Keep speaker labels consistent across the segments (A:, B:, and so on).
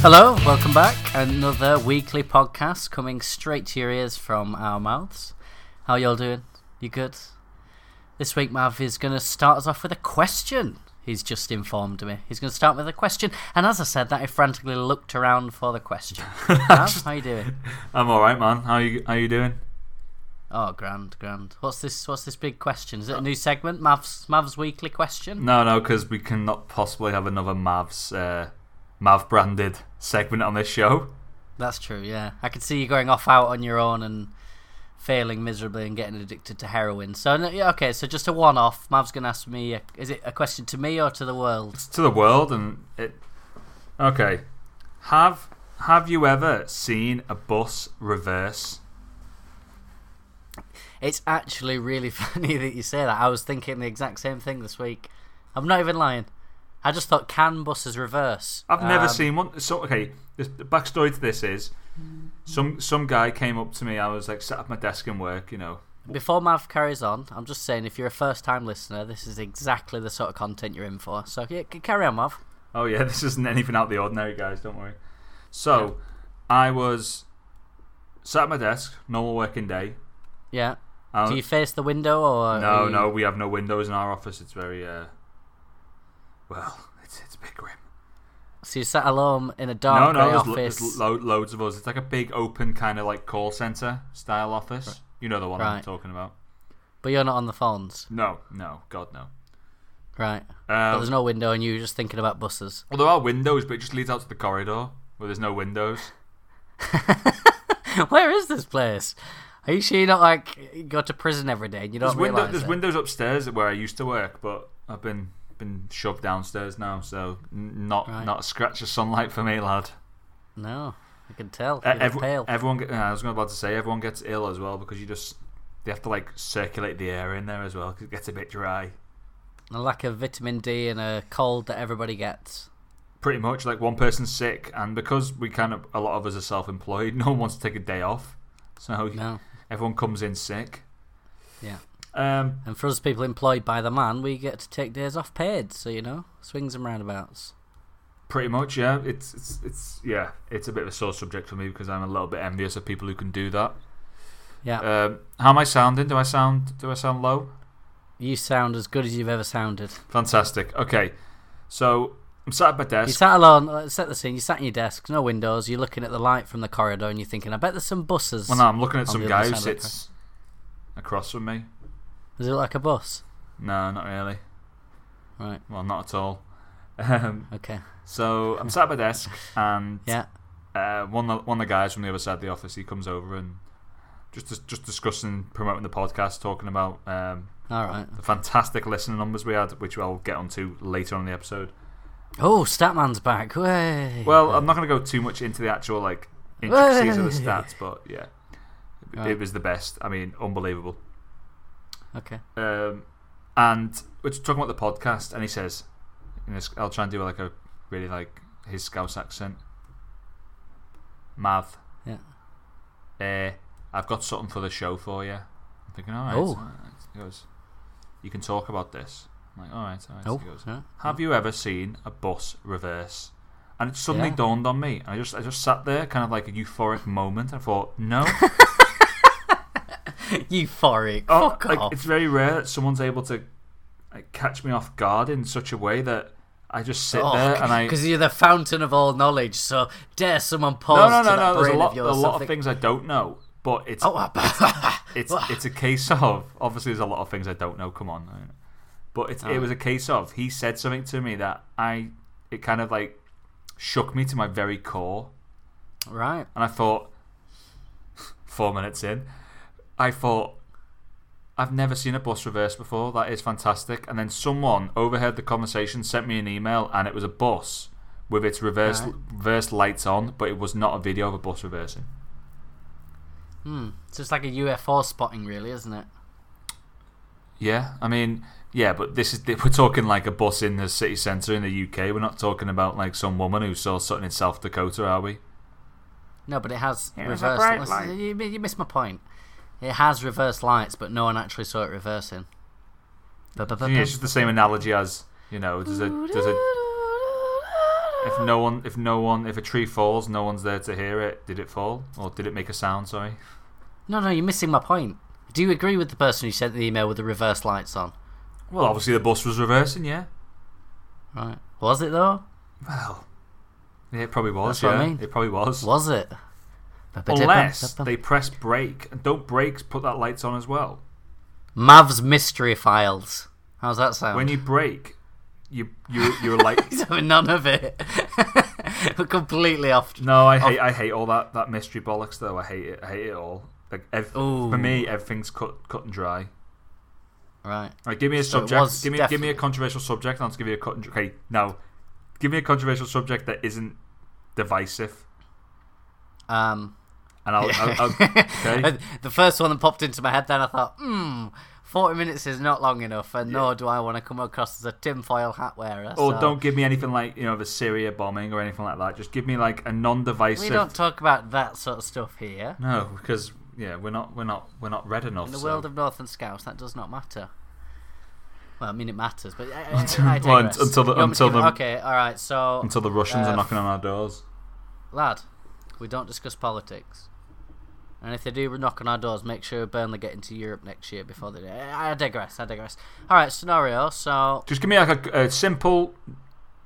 A: Hello, welcome back. Another weekly podcast coming straight to your ears from our mouths. How y'all doing? You good? This week, Mav is going to start us off with a question. He's just informed me. He's going to start with a question, and as I said that, I frantically looked around for the question. Mav, how you doing?
B: I'm all right, man. How you How you doing?
A: Oh, grand, grand. What's this? What's this big question? Is it a new segment? Mav's Mav's weekly question.
B: No, no, because we cannot possibly have another Mavs uh, Mav branded segment on this show.
A: That's true. Yeah, I could see you going off out on your own and failing miserably and getting addicted to heroin. So no- yeah, okay, so just a one-off. Mav's gonna ask me. A, is it a question to me or to the world?
B: It's to the world, and it. Okay, have Have you ever seen a bus reverse?
A: It's actually really funny that you say that. I was thinking the exact same thing this week. I'm not even lying. I just thought can buses reverse?
B: I've never
A: Um,
B: seen one. So okay, the, the backstory to this is some some guy came up to me. I was like sat at my desk and work, you know.
A: Before Mav carries on, I'm just saying if you're a first-time listener, this is exactly the sort of content you're in for. So yeah, c- carry on, Mav.
B: Oh yeah, this isn't anything out of the ordinary, guys. Don't worry. So, I was sat at my desk, normal working day.
A: Yeah.
B: I-
A: Do you face the window or?
B: No,
A: are you-
B: no, we have no windows in our office. It's very, uh, well, it's it's a bit grim.
A: So you sat alone in a
B: No,
A: dark
B: no,
A: grey Oh,
B: there's, lo-
A: office.
B: there's lo- loads of us. It's like a big open kind of like call center style office. You know the one I'm
A: Right.
B: talking about.
A: But you're not on the phones,
B: No, no, God no.
A: right? but
B: Um,
A: there's no window, and you're just thinking about buses.
B: well, there are windows, but it just leads out to the corridor where there's no windows.
A: Where is this place? Are you sure you're not like go to prison every day and you
B: There's,
A: don't
B: window-
A: realise
B: there's
A: it?
B: windows upstairs where I used to work, but I've been been shoved downstairs now, so n- not
A: Right.
B: not a scratch of sunlight for me, lad.
A: No, I can tell.
B: Uh,
A: You look
B: every-
A: pale.
B: Everyone, get, I was gonna about to say everyone gets ill as well because you just they have to like circulate the air in there as well because it gets a bit dry.
A: a lack of vitamin D and a cold that everybody gets.
B: Pretty much, like one person's sick, and because we kind of a lot of us are self-employed, no one wants to take a day off, so
A: No,
B: everyone comes in sick.
A: yeah.
B: Um,
A: And for us people employed by the man, we get to take days off paid. So you know, swings and roundabouts.
B: pretty much, yeah. It's it's it's yeah, it's a bit of a sore subject for me because I'm a little bit envious of people who can do that.
A: Yeah,
B: Um, how am I sounding? Do I sound do I sound low?
A: you sound as good as you've ever sounded.
B: Fantastic. Okay, so I'm sat at my desk.
A: You sat alone, uh, set the scene, you sat in your desk, no windows, you're looking at the light from the corridor and you're thinking, I bet there's some buses.
B: Well, no, I'm looking at
A: on
B: some
A: the
B: guy
A: other
B: who
A: side of the
B: sits across from me.
A: Does it look like a bus?
B: No, not really.
A: Right,
B: Well, not at all. Um,
A: okay.
B: so I'm sat at my desk, and
A: Yeah,
B: uh, one of the- one of the guys from the other side of the office he comes over and just dis- just discussing promoting the podcast, talking about um,
A: alright.
B: the fantastic listener numbers we had, which I'll get onto later on in the episode.
A: Oh, Statman's back. Way.
B: Well, I'm not going to go too much into the actual like intricacies of the stats, but yeah, it-
A: Right.
B: it was the best. I mean, unbelievable.
A: Okay.
B: um, and we're just talking about the podcast, and he says, in this, "I'll try and do like a really like his Scouse accent." Mav,
A: Yeah.
B: eh, I've got something for the show for you. I'm thinking, all right.
A: Oh.
B: all right." He goes, "You can talk about this." I'm like, all right, all right.
A: Oh,
B: He goes,
A: yeah.
B: "Have you ever seen a bus reverse?" And it suddenly
A: Yeah.
B: dawned on me, and I just, I just sat there, kind of like a euphoric moment. I thought, no.
A: Euphoric.
B: Oh,
A: Fuck
B: like,
A: off.
B: It's very rare that someone's able to like, catch me off guard in such a way that I just sit there and I.
A: Because Oh, you're the fountain of all knowledge, so dare someone
B: No,
A: pause
B: no,
A: to that
B: no, no. There's
A: brain
B: a lot,
A: of
B: a
A: yours.
B: lot of
A: something-
B: things I don't know, but it's
A: Oh, I-
B: it's it's a case of obviously there's a lot of things I don't know. Come on, I- but it's,
A: Oh.
B: it was a case of he said something to me that I it kind of like shook me to my very core,
A: right.
B: and I thought four minutes in, I thought I've never seen a bus reverse before. That is fantastic. And then someone overheard the conversation, sent me an email, and it was a bus with its reverse
A: Right.
B: reverse lights on, but it was not a video of a bus reversing.
A: It's just like a UFO spotting, really, isn't it?
B: Yeah, I mean, yeah, but this is we're talking like a bus in the city centre in the UK. We're not talking about like some woman who saw something in South Dakota, are we?
A: No, but it has
B: It was a
A: reverse.
B: bright
A: lights.
B: light.
A: You, you missed my point. It has reverse lights, but no one actually saw it reversing. Ba- ba- ba-
B: Yeah, it's just the same analogy as you know, there's a there's a if no one, if no one, if a tree falls, no one's there to hear it. Did it fall, or did it make a sound? Sorry.
A: No, no, you're missing my point. Do you agree with the person who sent the email with the reverse lights on?
B: Well, obviously the bus was reversing. Yeah.
A: Right. Was it though?
B: Well, yeah, it probably was.
A: That's what
B: yeah,
A: I mean.
B: it probably was.
A: Was it?
B: Unless they press brake and don't brakes put that lights on as well.
A: Mav's mystery files. How's that sound?
B: When you brake, you you you're like
A: None of it. We're completely off.
B: no, I hate I hate all that that mystery bollocks though. I hate it. I hate it all. Like ev-
A: Ooh.
B: for me, everything's cut cut and dry.
A: Right.
B: Right, give me a
A: So it
B: subject.
A: was
B: Give me give me a
A: definitely-
B: controversial subject. And I'll give you a cut. And, okay, no, give me a controversial subject that isn't divisive,
A: Um.
B: and I'll, I'll, I'll okay.
A: the first one that popped into my head. Then I thought, hmm, forty minutes is not long enough, and nor do I want to come across as a tinfoil hat wearer.
B: Or
A: so-
B: Oh, don't give me anything like you know the Syria bombing or anything like that. Just give me like a
A: We
B: non-divisive.
A: don't talk about that sort of stuff here.
B: No, because yeah, we're not we're not we're not red enough.
A: In the
B: so-
A: world of Northern Scouts, that does not matter. Well, I mean, it matters, but I, I,
B: Until-
A: I
B: well, un-
A: digress.
B: until the-
A: You want me to give-
B: until the-
A: okay, all right. So
B: until the Russians
A: uh,
B: are knocking on our doors.
A: lad, we don't discuss politics. And if they do knock on our doors, make sure Burnley get into Europe next year before they do. I I digress, I digress. All right, scenario. So,
B: Just give me like a, a simple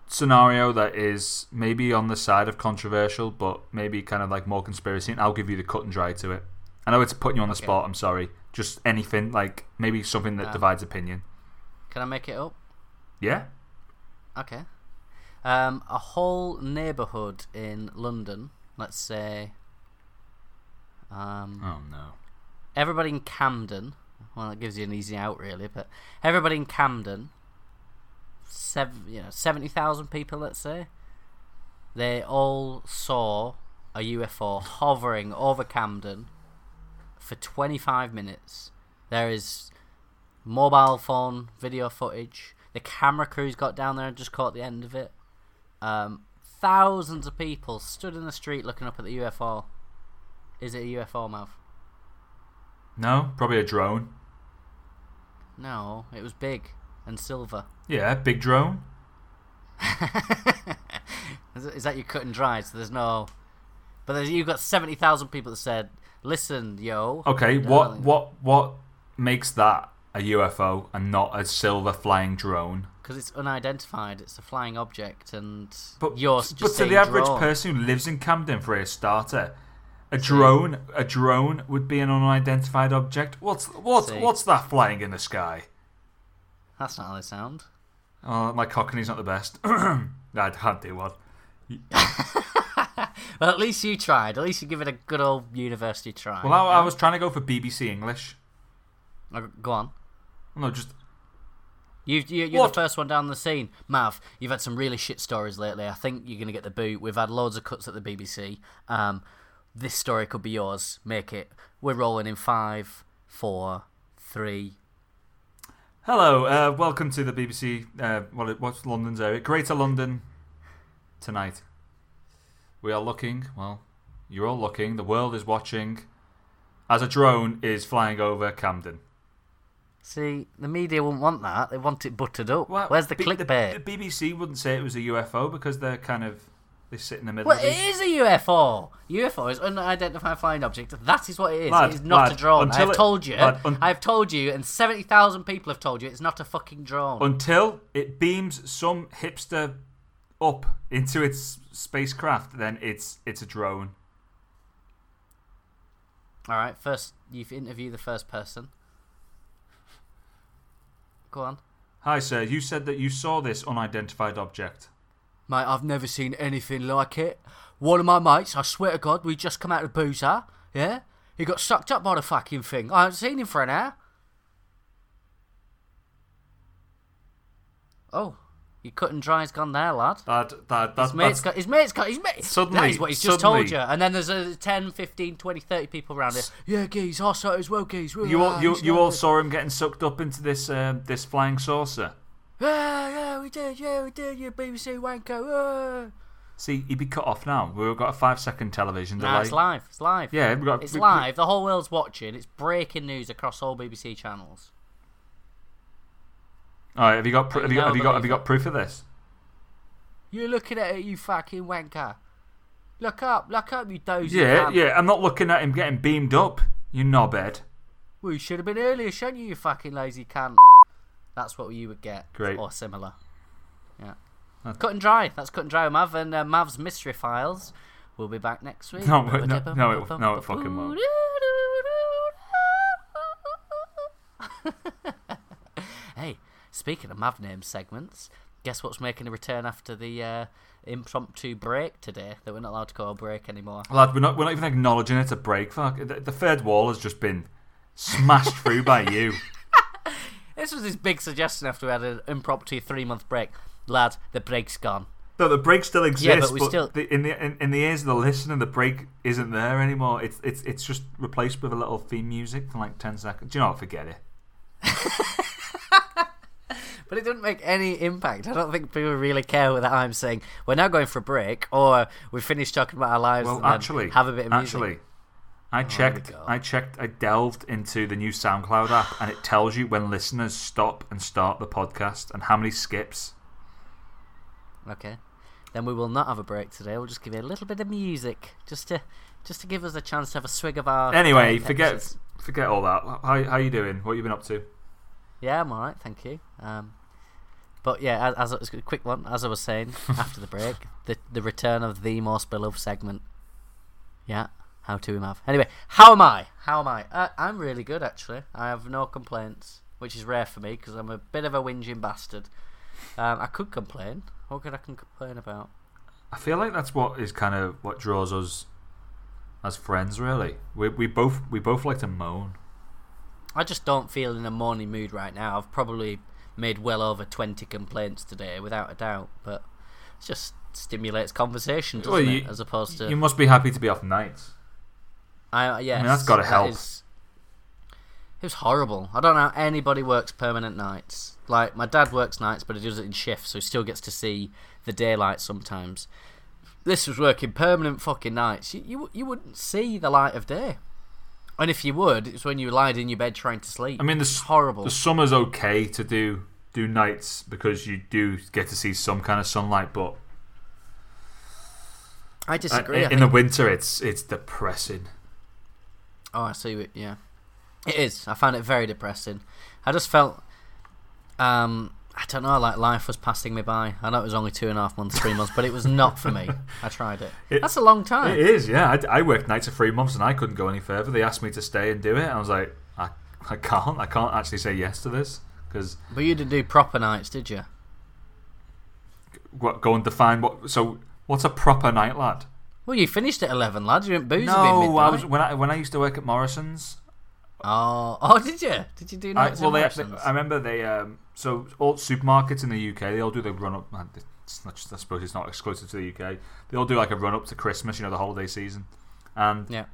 B: scenario that is maybe on the side of controversial, but maybe kind of like more conspiracy, and I'll give you the cut and dry to it. I know it's putting you on the spot. I'm sorry. Just anything like maybe something that divides opinion.
A: can I make it up?
B: Yeah.
A: Okay. Um, a whole neighbourhood in London, let's say. Um,
B: Oh no.
A: everybody in Camden. Well, that gives you an easy out, really. But everybody in Camden, seven, you know, seventy thousand people, let's say, they all saw a UFO hovering over Camden for twenty-five minutes. There is mobile phone video footage. The camera crews got down there and just caught the end of it. Um, thousands of people stood in the street looking up at the UFO. Is it a UFO, Mav?
B: No, probably a drone.
A: No, it was big and silver.
B: Yeah, big drone.
A: Is, is that you cut and dry? So there's no. But there's, you've got seventy thousand people that said, "Listen, yo."
B: Okay,
A: Darling.
B: what what what makes that a UFO and not a silver flying drone?
A: Because it's unidentified. It's a flying object, and
B: But
A: you're just
B: but to
A: saying
B: the average
A: drone.
B: person who lives in Camden for a starter, a drone a drone would be an unidentified object. What's what
A: See.
B: what's that flying in the sky?
A: That's not how they sound.
B: Oh, my cockney's not the best. I can't do one.
A: Well, at least you tried. At least you give it a good old university try.
B: Well, I, I was trying to go for BBC English.
A: Uh, Go on.
B: No, just
A: You, you, you're
B: What?
A: the first one down the scene. Mav, you've had some really shit stories lately. I think you're going to get the boot. We've had loads of cuts at the BBC. Um, this story could be yours. Make it. We're rolling in five, four, three.
B: hello, uh, welcome to the BBC. Uh, what what's London's area? Greater London tonight. We are looking. Well, you're all looking. The world is watching. As a drone is flying over Camden.
A: See, the media wouldn't want that. They want it buttered up.
B: Well,
A: Where's the
B: B-
A: clickbait?
B: The, BBC wouldn't say it was a UFO because they're kind of they sit in the middle.
A: well,
B: of
A: it
B: these.
A: is a UFO. UFO is unidentified flying object. That is what it is.
B: Lad,
A: it is not
B: lad,
A: a drone.
B: until
A: I've
B: it-
A: told you.
B: lad, un-
A: I've told you, and seventy thousand people have told you it's not a fucking drone.
B: Until it beams some hipster up into its spacecraft, then it's it's a drone.
A: All right, first you've interviewed the first person. Go on.
B: Hi, sir. You said that you saw this unidentified object.
A: Mate, I've never seen anything like it. One of my mates, I swear to God, we just come out of the boozer, yeah? He got sucked up by the fucking thing. I haven't seen him for an hour. Oh, your cut and dry's gone there, lad.
B: That that that
A: His mate's got, his mate's got, his mate.
B: Suddenly-
A: that is what he's just
B: suddenly-
A: told you. And then there's uh, 10, 15, 20, 30 people around here. Yeah, geez, I saw it as well, geez.
B: you all you, you all
A: saw.
B: saw him getting sucked up into this um, this flying saucer.
A: Yeah, Ah, yeah, we did, yeah, we did, you BBC wanko. Uh.
B: See, he'd be cut off now. We've got a five second television delay.
A: Nah, it's live, it's live.
B: Yeah, we've got
A: It's
B: we- we-
A: live, the whole world's watching, it's breaking news across all BBC channels.
B: All right, have you got pr- have you,
A: No,
B: got- have you got have
A: believe
B: you got proof of this?
A: You're looking at it, you fucking wanker. Look up, look up, you dozy.
B: Yeah,
A: cunt.
B: yeah. I'm not looking at him getting beamed up. You knobhead.
A: Well, you should have been earlier, shouldn't you, you fucking lazy cunt? That's what you would get.
B: Great.
A: Or similar. Yeah.
B: That's-
A: Cut and dry. That's Cut and Dry with Mav and uh, Mav's Mystery Files. We'll be back next week.
B: No, it- no, no, it- no, it fucking won't.
A: hey, speaking of Mav name segments, guess what's making a return after the uh, impromptu break today that we're not allowed to call a break anymore?
B: Lad, we're not, we're not even acknowledging it's a break. Fuck. The, the third wall has just been smashed through by you.
A: This was his big suggestion after we had an impromptu three month break. Lad, the break's gone.
B: No, the break still exists,
A: Yeah, but
B: but,
A: we still-
B: the, in the in, in the ears of the listener, the break isn't there anymore. It's it's it's just replaced with a little theme music for like ten seconds. Do you know what? Forget it.
A: But it didn't make any impact. I don't think people really care whether I'm saying we're now going for a break or we finished talking about our lives
B: Well,
A: and then
B: actually,
A: have a bit of music. Oh
B: actually, I checked.
A: go.
B: I checked. I delved into the new SoundCloud app, and it tells you when listeners stop and start the podcast and how many skips.
A: Okay. Then we will not have a break today. We'll just give you a little bit of music just to just to give us a chance to have a swig of our
B: Anyway,
A: uh,
B: forget
A: Pepsis.
B: forget all that. How how you doing? What you been up to?
A: Yeah, I'm all right, thank you. Um but yeah, as, as it was a quick one, as I was saying after the break, the the return of the most beloved segment. Yeah, how to him have. Anyway, how am I? How am I? Uh, I'm really good actually. I have no complaints, which is rare for me because I'm a bit of a whinging bastard. Um, I could complain. What could I can complain about?
B: I feel like that's what is kind of what draws us as friends. Really, we we both we both like to moan.
A: I just don't feel in a morning mood right now. I've probably made well over 20 complaints today, without a doubt, but it just stimulates conversation, doesn't
B: Well, you-
A: it? As opposed to.
B: You must be happy to be off nights.
A: I, uh, yes,
B: I mean, that's gotta
A: that
B: help.
A: is- it was horrible. I don't know how anybody works permanent nights. Like, my dad works nights, but he does it in shifts, so he still gets to see the daylight sometimes. This was working permanent fucking nights. You, you, you wouldn't see the light of day. And if you would, it's when you lied in your bed trying to sleep.
B: I mean, the s-
A: horrible.
B: the summer's okay to do do nights because you do get to see some kind of sunlight, but
A: I
B: uh,
A: disagree. I
B: in, in the winter it's it's depressing.
A: Oh, I see. What, yeah, it is. I found it very depressing. I just felt, um, I don't know, like life was passing me by. I know it was only two and a half months, three months, but it was not for me. I tried it.
B: It-
A: That's a long time.
B: It is, yeah. I, I worked nights for three months and I couldn't go any further. They asked me to stay and do it, and I was like, I, I can't, I can't actually say yes to this because
A: but you didn't do proper nights, did you?
B: what go and define what. So what's a proper night, lad?
A: Well, you finished at eleven, lads. You didn't booze a bit
B: No,
A: midnight.
B: I was when I when I used to work at Morrison's.
A: Oh, oh, did you? Did you do
B: I,
A: nights?
B: well, they,
A: in
B: they,
A: Morrison's?
B: I remember they um, so all supermarkets in the UK they all do the run up. Man, it's not just, I suppose it's not exclusive to the UK. They all do like a run up to Christmas, you know, the holiday season. And
A: yeah.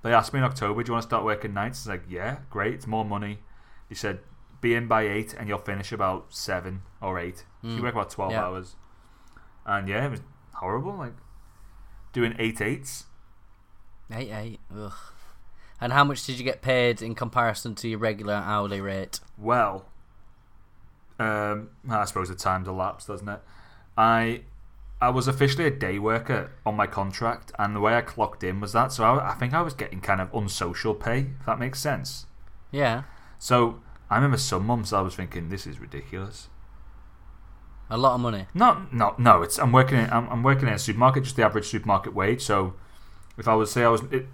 B: they asked me in October, "Do you want to start working nights?" I was like, "Yeah, great, it's more money." They said, "Be in by eight, and you'll finish about seven or eight. So you
A: Mm.
B: work about twelve
A: Yeah.
B: hours." And yeah, it was horrible. Like doing eight eights.
A: Eight eight. Ugh. And how much did you get paid in comparison to your regular hourly rate?
B: Well, um, I suppose the time's elapsed, doesn't it? I I was officially a day worker on my contract, and the way I clocked in was that. So I, I think I was getting kind of unsocial pay, if that makes sense.
A: Yeah,
B: So I remember some months I was thinking, this is ridiculous.
A: a lot of money.
B: No, no, no. It's I'm working. In, I'm, I'm working in a supermarket, just the average supermarket wage. So, if I was say I was it,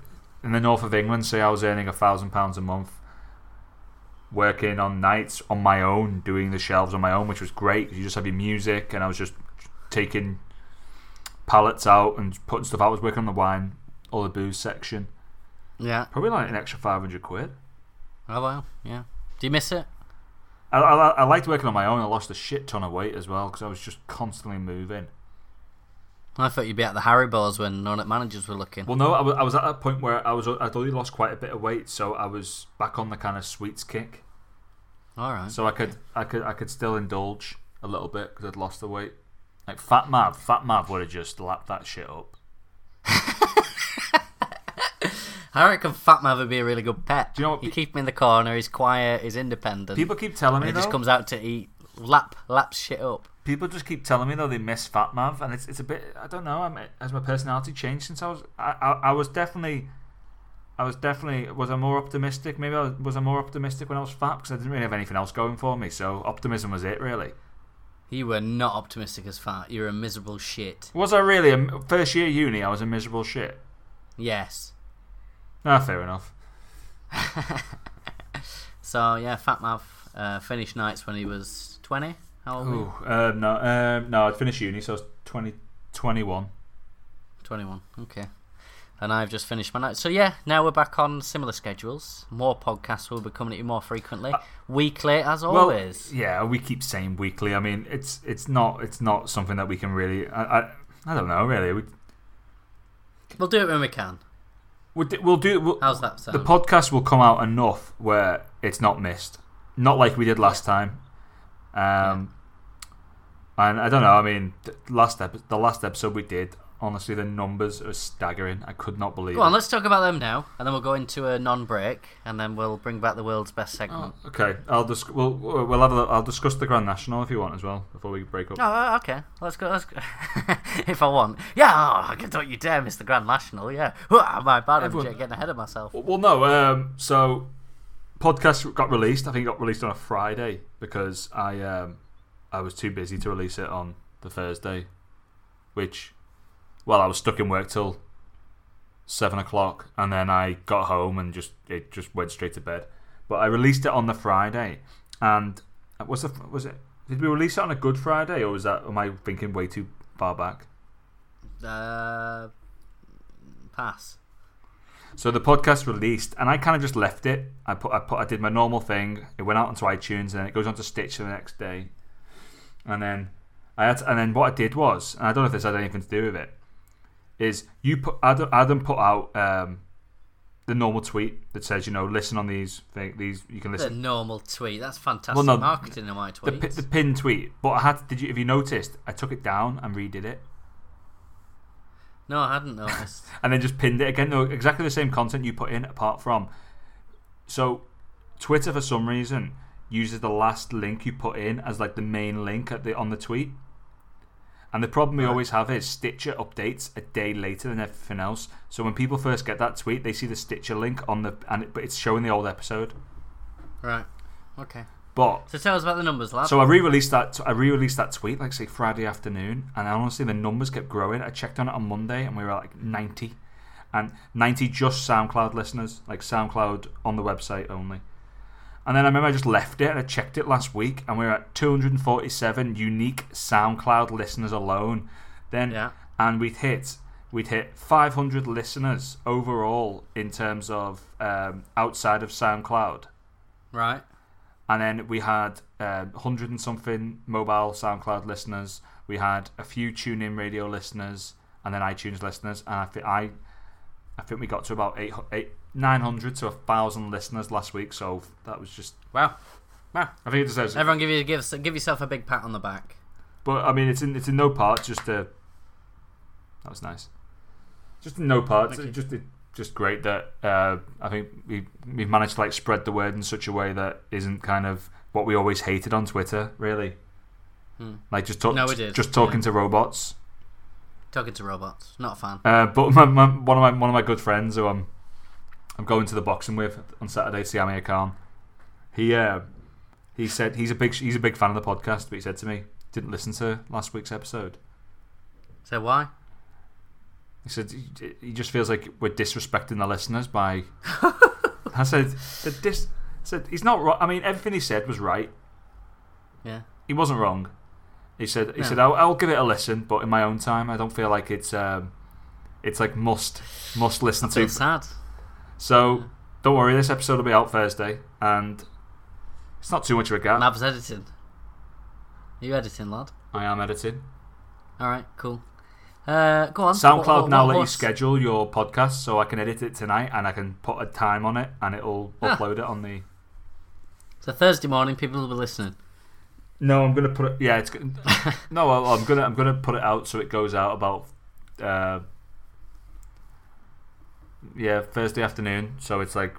B: in the north of England, say I was earning a thousand pounds a month, working on nights on my own, doing the shelves on my own, which was great. 'cause you just have your music, and I was just taking pallets out and putting stuff out. I was working on the wine or the booze section,
A: Yeah.
B: probably like an extra five hundred quid.
A: Oh well. Yeah. Do you miss it?
B: I, I, I liked working on my own. I lost a shit ton of weight as well because I was just constantly moving.
A: I thought you'd be at the Haribo's when none of managers were looking.
B: Well, no, I was, I was at that point where I was I'd already lost quite a bit of weight, so I was back on the kind of sweets kick.
A: All right.
B: So I could I could I could still indulge a little bit because I'd lost the weight. Like Fat Mav, Fat Mav would have just lapped that shit up.
A: I reckon Fat Mav would be a really good pet.
B: Do you know what
A: You
B: pe-
A: keep him in the corner. He's quiet. He's independent.
B: People keep telling
A: and
B: me
A: he
B: though,
A: just comes out to eat, lap, lap shit up.
B: People just keep telling me though they miss Fat Mav, and it's it's a bit. I don't know. I'm, has my personality changed since I was? I, I, I was definitely, I was definitely. Was I more optimistic? Maybe I was, was I more optimistic when I was fat because I didn't really have anything else going for me. So optimism was it really.
A: You were not optimistic as fat. You're a miserable shit.
B: Was I really a first year uni? I was a miserable shit.
A: Yes.
B: Ah, fair enough.
A: so yeah, Fat Mav uh, finished nights when he was twenty. How old? were you?
B: Ooh, uh, no, uh, no. I'd finished uni, so I was 20, 21.
A: Twenty-one. Okay. And I've just finished my night. So yeah, now we're back on similar schedules. More podcasts will be coming at you more frequently, weekly as always.
B: Uh, Well, yeah, we keep saying weekly. I mean, it's it's not it's not something that we can really. I I, I don't know really. We
A: We'll do it when we can.
B: we'll do, we'll do we'll,
A: How's that sound?
B: the podcast will come out enough where it's not missed, not like we did last time. Um, and I don't know. I mean, th- last ep- the last episode we did, honestly, the numbers are staggering. I could not believe.
A: Go on,
B: it.
A: let's talk about them now, and then we'll go into a non-break, and then we'll bring back the world's best segment.
B: Okay, I'll dis- we'll we'll have a, I'll discuss the Grand National if you want as well before we break up.
A: Oh, uh, okay. Let's go. Let's go. if I want, yeah. Oh, I can- don't you dare miss the Grand National. Yeah. Whoa, my bad. I'm
B: Everyone-
A: j- getting ahead of myself.
B: Well, no. Um, so podcast got released. I think it got released on a Friday because I um, I was too busy to release it on the Thursday, which well I was stuck in work till seven o'clock, and then I got home and just it just went straight to bed. But I released it on the Friday, and uh, was the was it did we release it on a Good Friday or was that am I thinking way too far back?
A: Uh, pass.
B: So the podcast released, and I kind of just left it. I put, I put, I did my normal thing. It went out onto iTunes, and then it goes onto Stitch the next day. And then I had, to, and then what I did was, and I don't know if this had anything to do with it, is you put Adam, Adam put out um, the normal tweet that says, you know, listen on these thing, these you can
A: The
B: listen.
A: normal tweet. That's fantastic
B: Well, no,
A: marketing in my
B: The,
A: tweets.
B: pi- the pin tweet, but I had. Did you? If you noticed, I took it down and redid it,
A: no, I hadn't noticed.
B: and then just pinned it again. Though exactly the same content you put in, apart from. So, Twitter for some reason uses the last link you put in as like the main link at the on the tweet. And the problem we always have is Stitcher updates a day later than everything else. So when people first get that tweet, they see the Stitcher link on the and it, but it's showing the old episode.
A: right. Okay.
B: But
A: So tell us about the numbers, lad.
B: so I re-released that. I re-released that tweet like say Friday afternoon, and honestly, the numbers kept growing. I checked on it on Monday, and we were at, like ninety, and ninety just SoundCloud listeners, like SoundCloud on the website only. And then I remember I just left it, and I checked it last week, and we were at two hundred and forty-seven unique SoundCloud listeners alone. Then,
A: Yeah.
B: and we'd hit we'd hit five hundred listeners overall in terms of um, outside of SoundCloud
A: right.
B: and then we had um, 100 and something mobile SoundCloud listeners. We had a few TuneIn radio listeners, and then iTunes listeners. And I think I, I think we got to about eight, eight 900 to thousand listeners last week. So that was just.
A: Wow. Wow.
B: I think it deserves. it.
A: Everyone, give you give give yourself a big pat on the back.
B: But I mean, it's in it's in no part. Just a. That was nice. Just in no part.
A: Thank you.
B: Just it, just great that uh, I think we we've managed to like spread the word in such a way that isn't kind of what we always hated on Twitter. Really.
A: Hmm.
B: Like just talk,
A: No, it is,
B: just talking to robots.
A: Talking to robots. Not a fan.
B: Uh, but my, my, one of my one of my good friends who I'm I'm going to the boxing with on Saturday, Siamir Khan. He uh, he said he's a big he's a big fan of the podcast, but he said to me didn't listen to last week's episode.
A: So why?
B: He said he- he just feels like we're disrespecting the listeners by. I said the dis. I said he's not wrong. I mean, everything he said was right.
A: Yeah.
B: He wasn't wrong. He said he
A: No.
B: said I'll, I'll give it a listen, but in my own time, I don't feel like it's um, it's like must must listen
A: I feel
B: to.
A: sad.
B: So don't worry, this episode will be out Thursday, and it's not too much of a gap.
A: Mav's editing. Are you editing, lad?
B: I am editing.
A: All right, cool. Uh, go on.
B: SoundCloud
A: What- what-
B: now
A: what-
B: let you
A: what's-
B: schedule your podcast, so I can edit it tonight, and I can put a time on it, and it'll
A: Ah.
B: upload it on the.
A: So Thursday morning, people will be listening.
B: No, I'm gonna put it. Yeah, it's. go- no, well, I'm gonna I'm gonna put it out so it goes out about. Uh, yeah, Thursday afternoon. So it's like,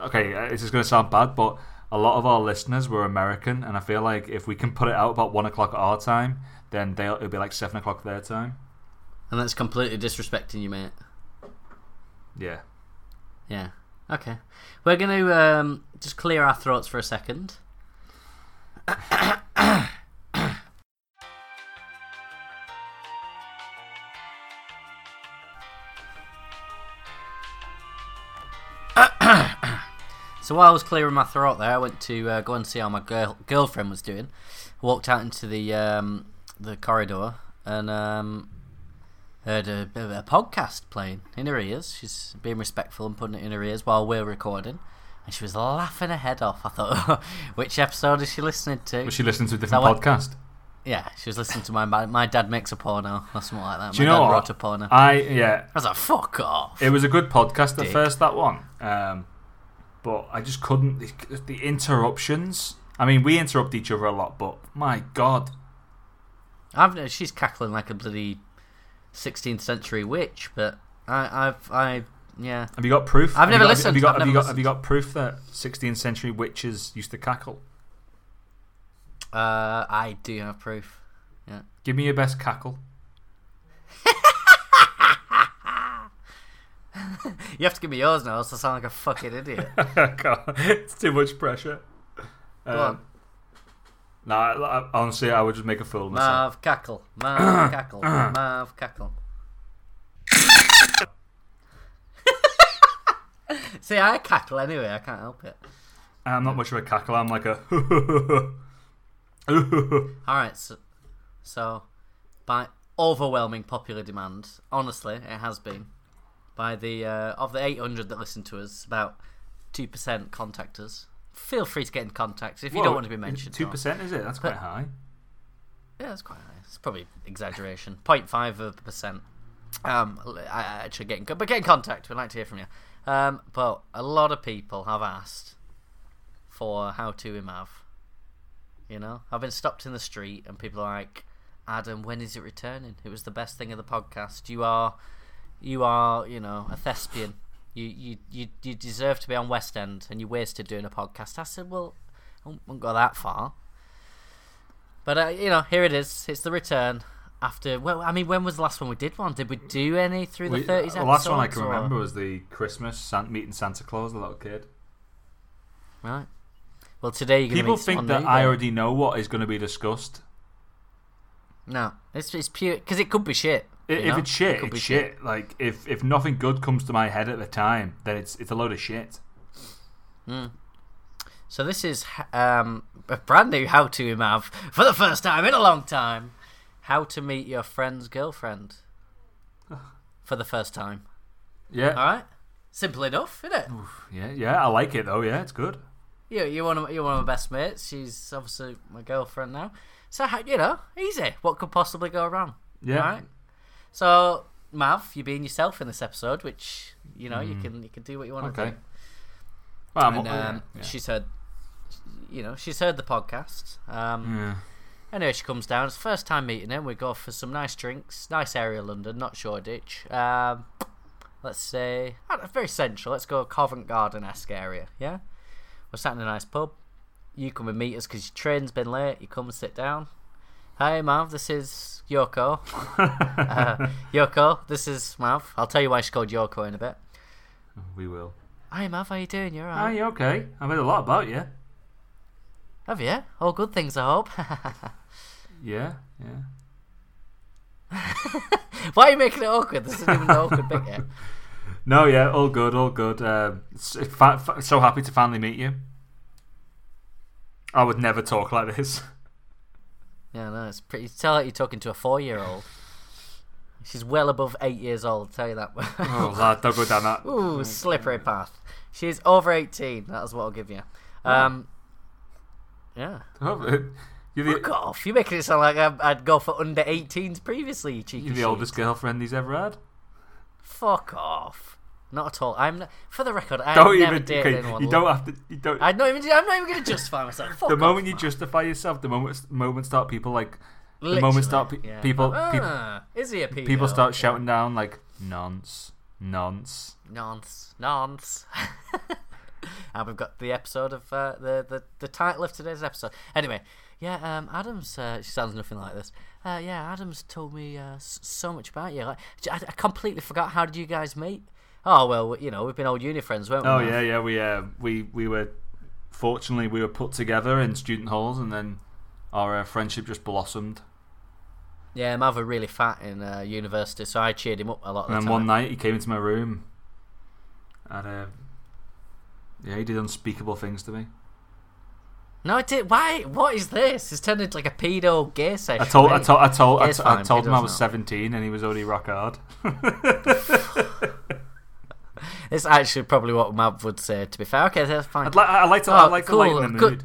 B: okay, uh, it's just gonna sound bad, but a lot of our listeners were American, and I feel like if we can put it out about one o'clock our time, then they'll it'll be like seven o'clock their time.
A: And that's completely disrespecting you, mate.
B: Yeah.
A: Yeah. Okay. We're going to um, just clear our throats for a second. So while I was clearing my throat there, I went to uh, go and see how my girl- girlfriend was doing. Walked out into the um, the corridor and um, heard a, a, a podcast playing in her ears. She's being respectful and putting it in her ears while we're recording. And she was laughing her head off. I thought, which episode is she listening to?
B: Was she listening to a different
A: what-
B: podcast?
A: yeah, she was listening to my, my my dad makes a porno or something like that.
B: Do you
A: my
B: know
A: dad
B: what?
A: wrote a porno. I
B: I yeah.
A: was like, fuck off.
B: It was a good podcast at
A: Dick.
B: first, that one. Um, but I just couldn't. The, the interruptions. I mean, we interrupt each other a lot, but my God.
A: I've, she's cackling like a bloody 16th century witch, but I, I've, I, yeah,
B: Have you got proof?
A: I've
B: Have you
A: never
B: got- Have you got,
A: listened.
B: have
A: I've
B: you got, have you got proof that 16th century witches used to cackle?
A: uh, I do have proof. Yeah,
B: Give me your best cackle.
A: you have to give me yours now, else I sound like a fucking idiot.
B: God, it's too much pressure.
A: Go on,
B: No, I, I- honestly, I would just make a fool of myself.
A: Marv cackle, Marv cackle, Marv cackle. See, I cackle anyway. I can't help it.
B: I'm not much of a cackle. I'm like a.
A: All right, so, so by overwhelming popular demand, honestly, it has been by the uh, of the 800 that listen to us, about two percent contact us. Feel free to get in contact if you don't want to be mentioned.
B: Two
A: no.
B: percent is it? That's quite high.
A: Yeah, that's quite nice. It's probably exaggeration. 0.5 of a percent. Um, l- I I actually get in, co- but get in contact. We'd like to hear from you. Um, but a lot of people have asked for how to imav. You know, I've been stopped in the street and people are like, "Adam, when is it returning? It was the best thing of the podcast. You are, you are, you know, a thespian. You you you, you deserve to be on West End, and you wasted doing a podcast." I said, "Well, I won't- won't go that far." But uh, you know, here it is. It's the return after. Well, I mean, when was the last one we did one? Did we do any through the
B: We- uh,
A: thirties?
B: the last one I can remember was the Christmas San- meeting Santa Claus, the little kid.
A: Right. Well, today you're gonna
B: People
A: meet
B: think
A: someone
B: that
A: new,
B: I
A: though.
B: already know what is going to be discussed.
A: no, it's it's pure because it could be shit.
B: I-
A: you
B: If
A: know?
B: it's shit,
A: could
B: it's
A: be
B: shit. Like if if nothing good comes to my head at the time, then it's it's a load of shit.
A: So this is h- um, a brand new how to imav for the first time in a long time. How to meet your friend's girlfriend for the first time.
B: Yeah,
A: All right, simple enough, isn't it?
B: yeah, yeah. I like it though. Yeah, it's good.
A: you you're one of my- you're one of my best mates. She's obviously my girlfriend now. So how- you know, easy. What could possibly go wrong?
B: Yeah.
A: Right. So Mav, you're being yourself in this episode, which you know you can you can do what you want to
B: Hmm. Okay.
A: do.
B: Well, I'm,
A: And
B: yeah,
A: um,
B: yeah.
A: she's heard, you know, she's heard the podcast. Um,
B: Yeah.
A: Anyway, she comes down. It's the first time meeting him. We go for some nice drinks. Nice area, of London, not Shoreditch. Um, let's say I don't know, very central. Let's go Covent Garden esque area. Yeah, we're sat in a nice pub. You come and meet us because your train's been late. You come and sit down. Hey, Mav, this is Yoko. uh, Yoko, this is Mav. I'll tell you why she's called Yoko in a bit.
B: We will.
A: Hi, Mav, how you doing? You're
B: Are
A: alright.
B: you okay? I've heard a lot about you.
A: Have you? All good things, I hope.
B: Yeah, yeah.
A: why are you making it awkward? This isn't even an awkward bit yet.
B: No, yeah, all good, all good. Um, s- fa- fa- so happy to finally meet you. I would never talk like this.
A: Yeah, no, it's pretty. You tell that you're talking to a four-year-old. She's well above eight years old. Tell you that.
B: Oh lad, don't go down that.
A: Ooh, slippery path. She's over eighteen. That's what I'll give you. Um, yeah.
B: Oh, You're
A: Fuck
B: the,
A: off! You're making it sound like I'd, I'd go for under 18s previously. You cheeky.
B: you're the
A: sheep.
B: oldest girlfriend he's ever had.
A: Fuck off! Not at all. I'm. n- For the record, I
B: Don't
A: never
B: even.
A: dated
B: Okay,
A: anyone.
B: you don't have to. You don't.
A: I'm not even. I'm not even going to justify myself. Fuck
B: the
A: off,
B: moment you
A: man.
B: justify yourself, the moment moment start people like.
A: Literally,
B: the moment start pe-
A: yeah.
B: people people
A: Ah, is he a pedo?
B: people start shouting down like nonce, nonce.
A: Nonce. Nonce. and we've got the episode of uh, the, the the title of today's episode. Anyway, yeah, um, Adams. Uh, she sounds nothing like this. Uh, yeah, Adams told me uh, s- so much about you. Like, I, I completely forgot. How did you guys meet? Oh well, you know we've been old uni friends, weren't we?
B: Oh
A: man?
B: yeah, yeah. We uh, we we were fortunately we were put together in student halls, and then our uh, friendship just blossomed.
A: Yeah, Mav were really fat in uh, university, so I cheered him up a lot. Of
B: And
A: the
B: then
A: time.
B: one night he came into my room, and uh, yeah, he did unspeakable things to me.
A: No, it did. Why? What is this? It's turned into like a pedo gay session.
B: I told, I
A: mate.
B: told, I told, I
A: It's
B: t- I
A: fine,
B: told him I
A: pedos
B: was
A: now.
B: seventeen, and he was already rock hard.
A: It's actually probably what Mav would say. To be fair, okay, that's fine.
B: I'd, li- I like to,
A: Oh,
B: I like to lighten
A: cool,
B: the
A: good-
B: mood.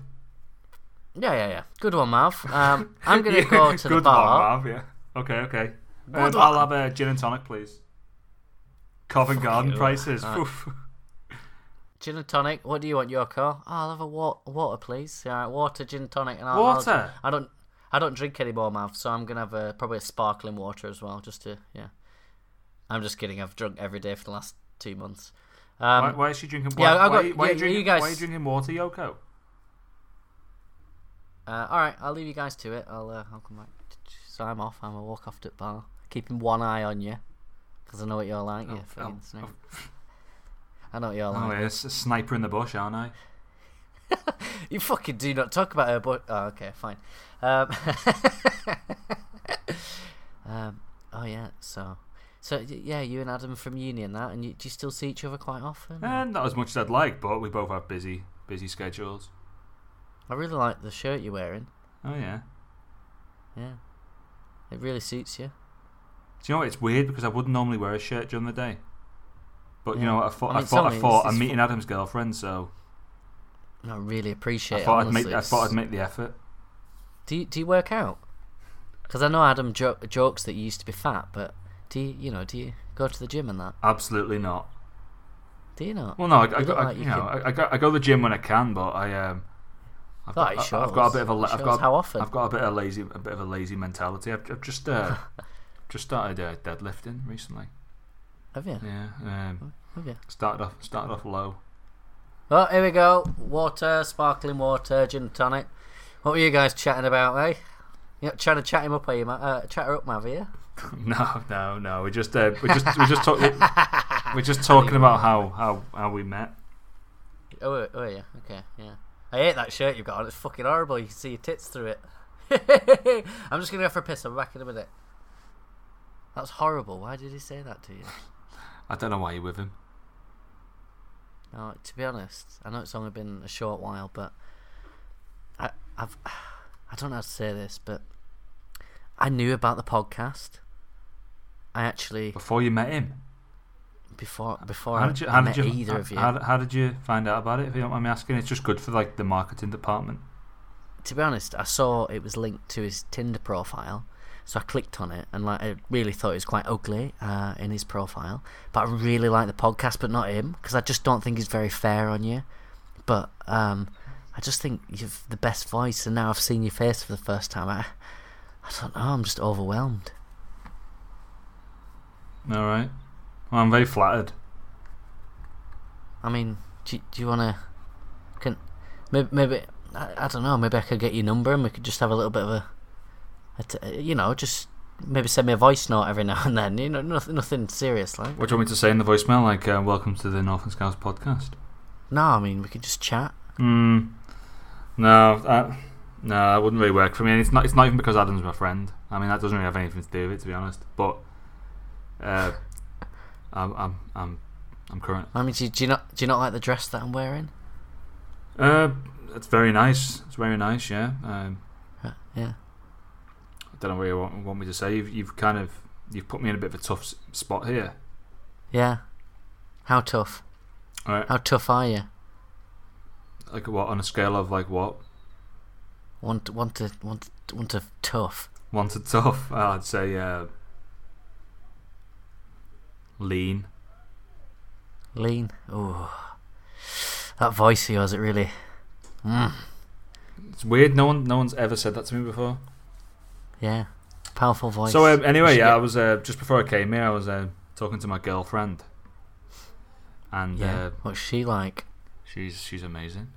A: yeah, yeah, yeah. Good one, Mav. Um, I'm gonna
B: Yeah,
A: go to the
B: good
A: bar.
B: One, Marv, yeah. Okay, okay. Um,
A: Good
B: I'll have a gin and tonic, please. Covent Garden
A: you. Uh,
B: prices. Oof.
A: Gin and tonic. What do you want, Yoko? Oh, I'll have a wa- water, please. All right, water, gin and tonic, and I'll,
B: Water?
A: I'll, I don't, I don't drink anymore, Mav. So I'm gonna have a, probably a sparkling water as well, just to yeah. I'm just kidding. I've drunk every day for the last two months. Um,
B: why, why is she drinking? Why,
A: yeah, I
B: why,
A: got-
B: why, are
A: yeah,
B: you drinking
A: you guys- Oh,
B: why are you drinking water, Yoko?
A: Uh, all right, I'll leave you guys to it. I'll uh, I'll come back. So I'm off. I'm a walk off to the bar, keeping one eye on you, because I know what you're like. you fucking snake.
B: oh,
A: I know what you're
B: oh,
A: like.
B: yeah, it's a sniper in the bush, aren't I?
A: You fucking do not talk about her, but oh, okay, fine. Um, um, oh yeah, so so y- yeah, you and Adam from Union that, and you, do you still see each other quite often? or-
B: And Eh, not as much as I'd like, but we both have busy, busy schedules.
A: I really like the shirt you're wearing.
B: Oh yeah.
A: Yeah, it really suits you.
B: Do you know what? It's weird because I wouldn't normally wear a shirt during the day. But you
A: Yeah.
B: know what? I thought
A: I
B: I,
A: mean, it's
B: thought
A: only-
B: I
A: it's-
B: thought
A: it's
B: I'm
A: fu-
B: meeting Adam's girlfriend, so
A: No, I really appreciate.
B: I thought
A: it, honestly.
B: I'd make I
A: It's-
B: thought I'd make the effort.
A: Do you, do you work out? Because I know Adam jo- jokes that you used to be fat, but do you you know do you go to the gym and that?
B: Absolutely not.
A: Do you not?
B: Well, no, I, I,
A: look
B: go- I-
A: like you
B: you know, I, I, go, I go to the gym when I can, but I um, I've
A: That
B: got, I-
A: Oh, shows.
B: I've got a bit of a, la-
A: It
B: I've
A: shows
B: got, a-
A: how often.
B: I've got a bit of lazy, a bit of a lazy mentality. I've, I've just, uh, just started uh, deadlifting recently.
A: Have you?
B: Yeah, um,
A: Have you?
B: started off, started off low.
A: Oh, here we go. Water, sparkling water, gin and tonic. What were you guys chatting about, eh? You know, trying to chat him up, are you, ma- uh, chat her up, Mav, are you?
B: no, no, no. We just, uh, we just, we just talk, we, we're just talking about how, how, how we met.
A: Oh, oh, yeah, okay, yeah. I hate that shirt you've got on, it's fucking horrible, you can see your tits through it. I'm just gonna go for a piss, I'll be back in a minute. That's horrible, why did he say that to you?
B: I don't know why you're with him.
A: No, to be honest, I know it's only been a short while, but I, I've, I don't know how to say this, but I knew about the podcast. I actually
B: Before you met him,
A: before before
B: how did you,
A: I
B: how
A: met
B: did you,
A: either of you.
B: How, how did you find out about it? If you don't mind me asking, it's just good for like the marketing department.
A: to be honest, I saw it was linked to his Tinder profile, so I clicked on it and like I really thought it was quite ugly uh, in his profile. But I really like the podcast, but not him because I just don't think he's very fair on you. But um, I just think you've the best voice, and now I've seen your face for the first time. I, I don't know. I'm just overwhelmed.
B: All right. Well, I'm very flattered.
A: I mean, do, do you want to? Can maybe maybe I, I don't know. Maybe I could get your number and we could just have a little bit of a, a t- you know, just maybe send me a voice note every now and then. You know, nothing, nothing serious like.
B: What do you want me to say in the voicemail? Like, uh, welcome to the Northern Scouts podcast.
A: No, I mean we could just chat.
B: Hmm. No, that, no, that wouldn't really work for me. And it's not. It's not even because Adam's my friend. I mean, that doesn't really have anything to do with it, to be honest. But, uh, I'm, I'm, I'm, I'm current.
A: I mean, do, do you not do you not like the dress that I'm wearing?
B: Uh, it's very nice. It's very nice. Yeah. Um,
A: Uh, Yeah.
B: I don't know what you want, want me to say. You've, you've kind of, you've put me in a bit of a tough s- spot here.
A: Yeah. How tough?
B: All right.
A: How tough are you?
B: Like what? On a scale of like what?
A: One to one to one to, one to tough.
B: One to tough, uh, I'd say uh, lean.
A: Lean. Oh, that voice of yours, it really. Mm.
B: It's weird. No one, no one's ever said that to me before.
A: Yeah. Powerful voice.
B: So um, anyway,
A: should
B: yeah,
A: get-
B: I was uh, just before I came here. I was uh, talking to my girlfriend, and
A: yeah.
B: uh,
A: What's she like?
B: She's she's amazing.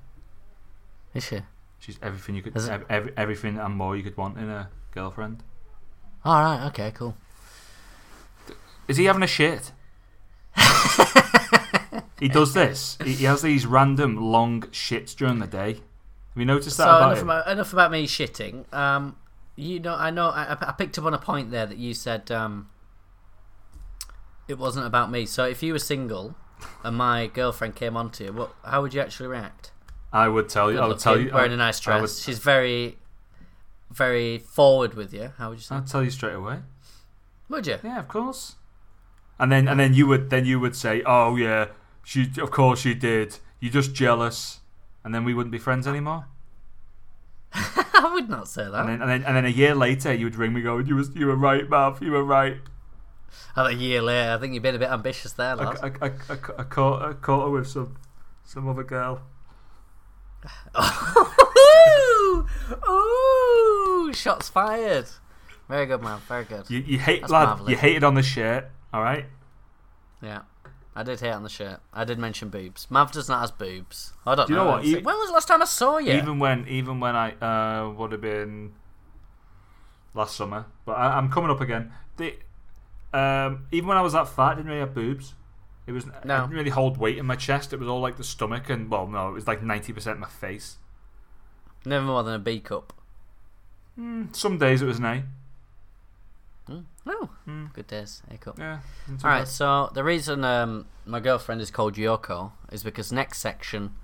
A: Is she?
B: She's everything you could,
A: Is it-
B: ev- every, everything and more you could want in a girlfriend.
A: All right. Okay. Cool.
B: Is he having a shit? he does this. He, he has these random long shits during the day. Have you noticed that
A: So
B: about
A: enough
B: him?
A: about, enough about me shitting. Um, you know, I know, I, I picked up on a point there that you said um, it wasn't about me. So if you were single and my girlfriend came onto you, what? How would you actually react?
B: I would tell you. I would tell
A: Looking,
B: you.
A: wearing
B: I,
A: a nice
B: I
A: dress.
B: would,
A: She's very, very forward with you. How would you say?
B: I'd tell you straight away.
A: would you?
B: Yeah, of course. And then and then you would then you would say, "Oh yeah, she of course she did. You're just jealous." And then we wouldn't be friends anymore.
A: I would not say that.
B: And then and then, and then a year later, you would ring me going, "You was you were right, Mav. You were right.
A: How about a year later? I think you've been a bit ambitious there,
B: I,
A: lad.
B: I, I, I, I caught I caught her with some some other girl."
A: Ooh, ooh, shots fired. Very good, man. Very good.
B: You, you hate
A: That's
B: lad.
A: marvellous.
B: You hated on the shirt. All right.
A: Yeah. I did hate on the shirt. I did mention boobs. Mav does not has boobs. I don't
B: Do you know what?
A: It's like,
B: E-
A: when was the last time I saw you?
B: Even when even when I uh, would have been last summer, but I, I'm coming up again. The um, even when I was that fat, I didn't really have boobs. It was I
A: No.
B: didn't really hold weight in my chest. It was all like the stomach and well, no, it was like ninety percent my face.
A: Never more than a B cup.
B: Mm, some days it was an A.
A: No.
B: Hmm.
A: Good days. A cup.
B: Yeah. isn't too
A: All right.
B: bad.
A: So the reason um, my girlfriend is called Yoko is because next section.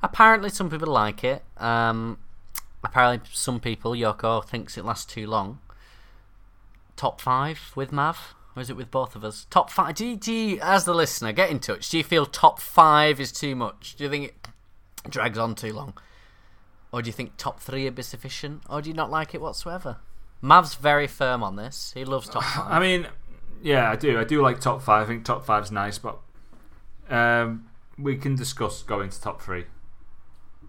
A: Apparently, some people like it. Um, apparently, some people Yoko thinks it lasts too long. Top five with Mav, or is it with both of us? Top five. Do you, do you, as the listener, get in touch. Do you feel top five is too much? Do you think it drags on too long, or do you think top three would be sufficient, or do you not like it whatsoever? Mav's very firm on this. He loves top five.
B: I mean, yeah, I do. I do like top five. I think top five's nice, but um, we can discuss going to top three.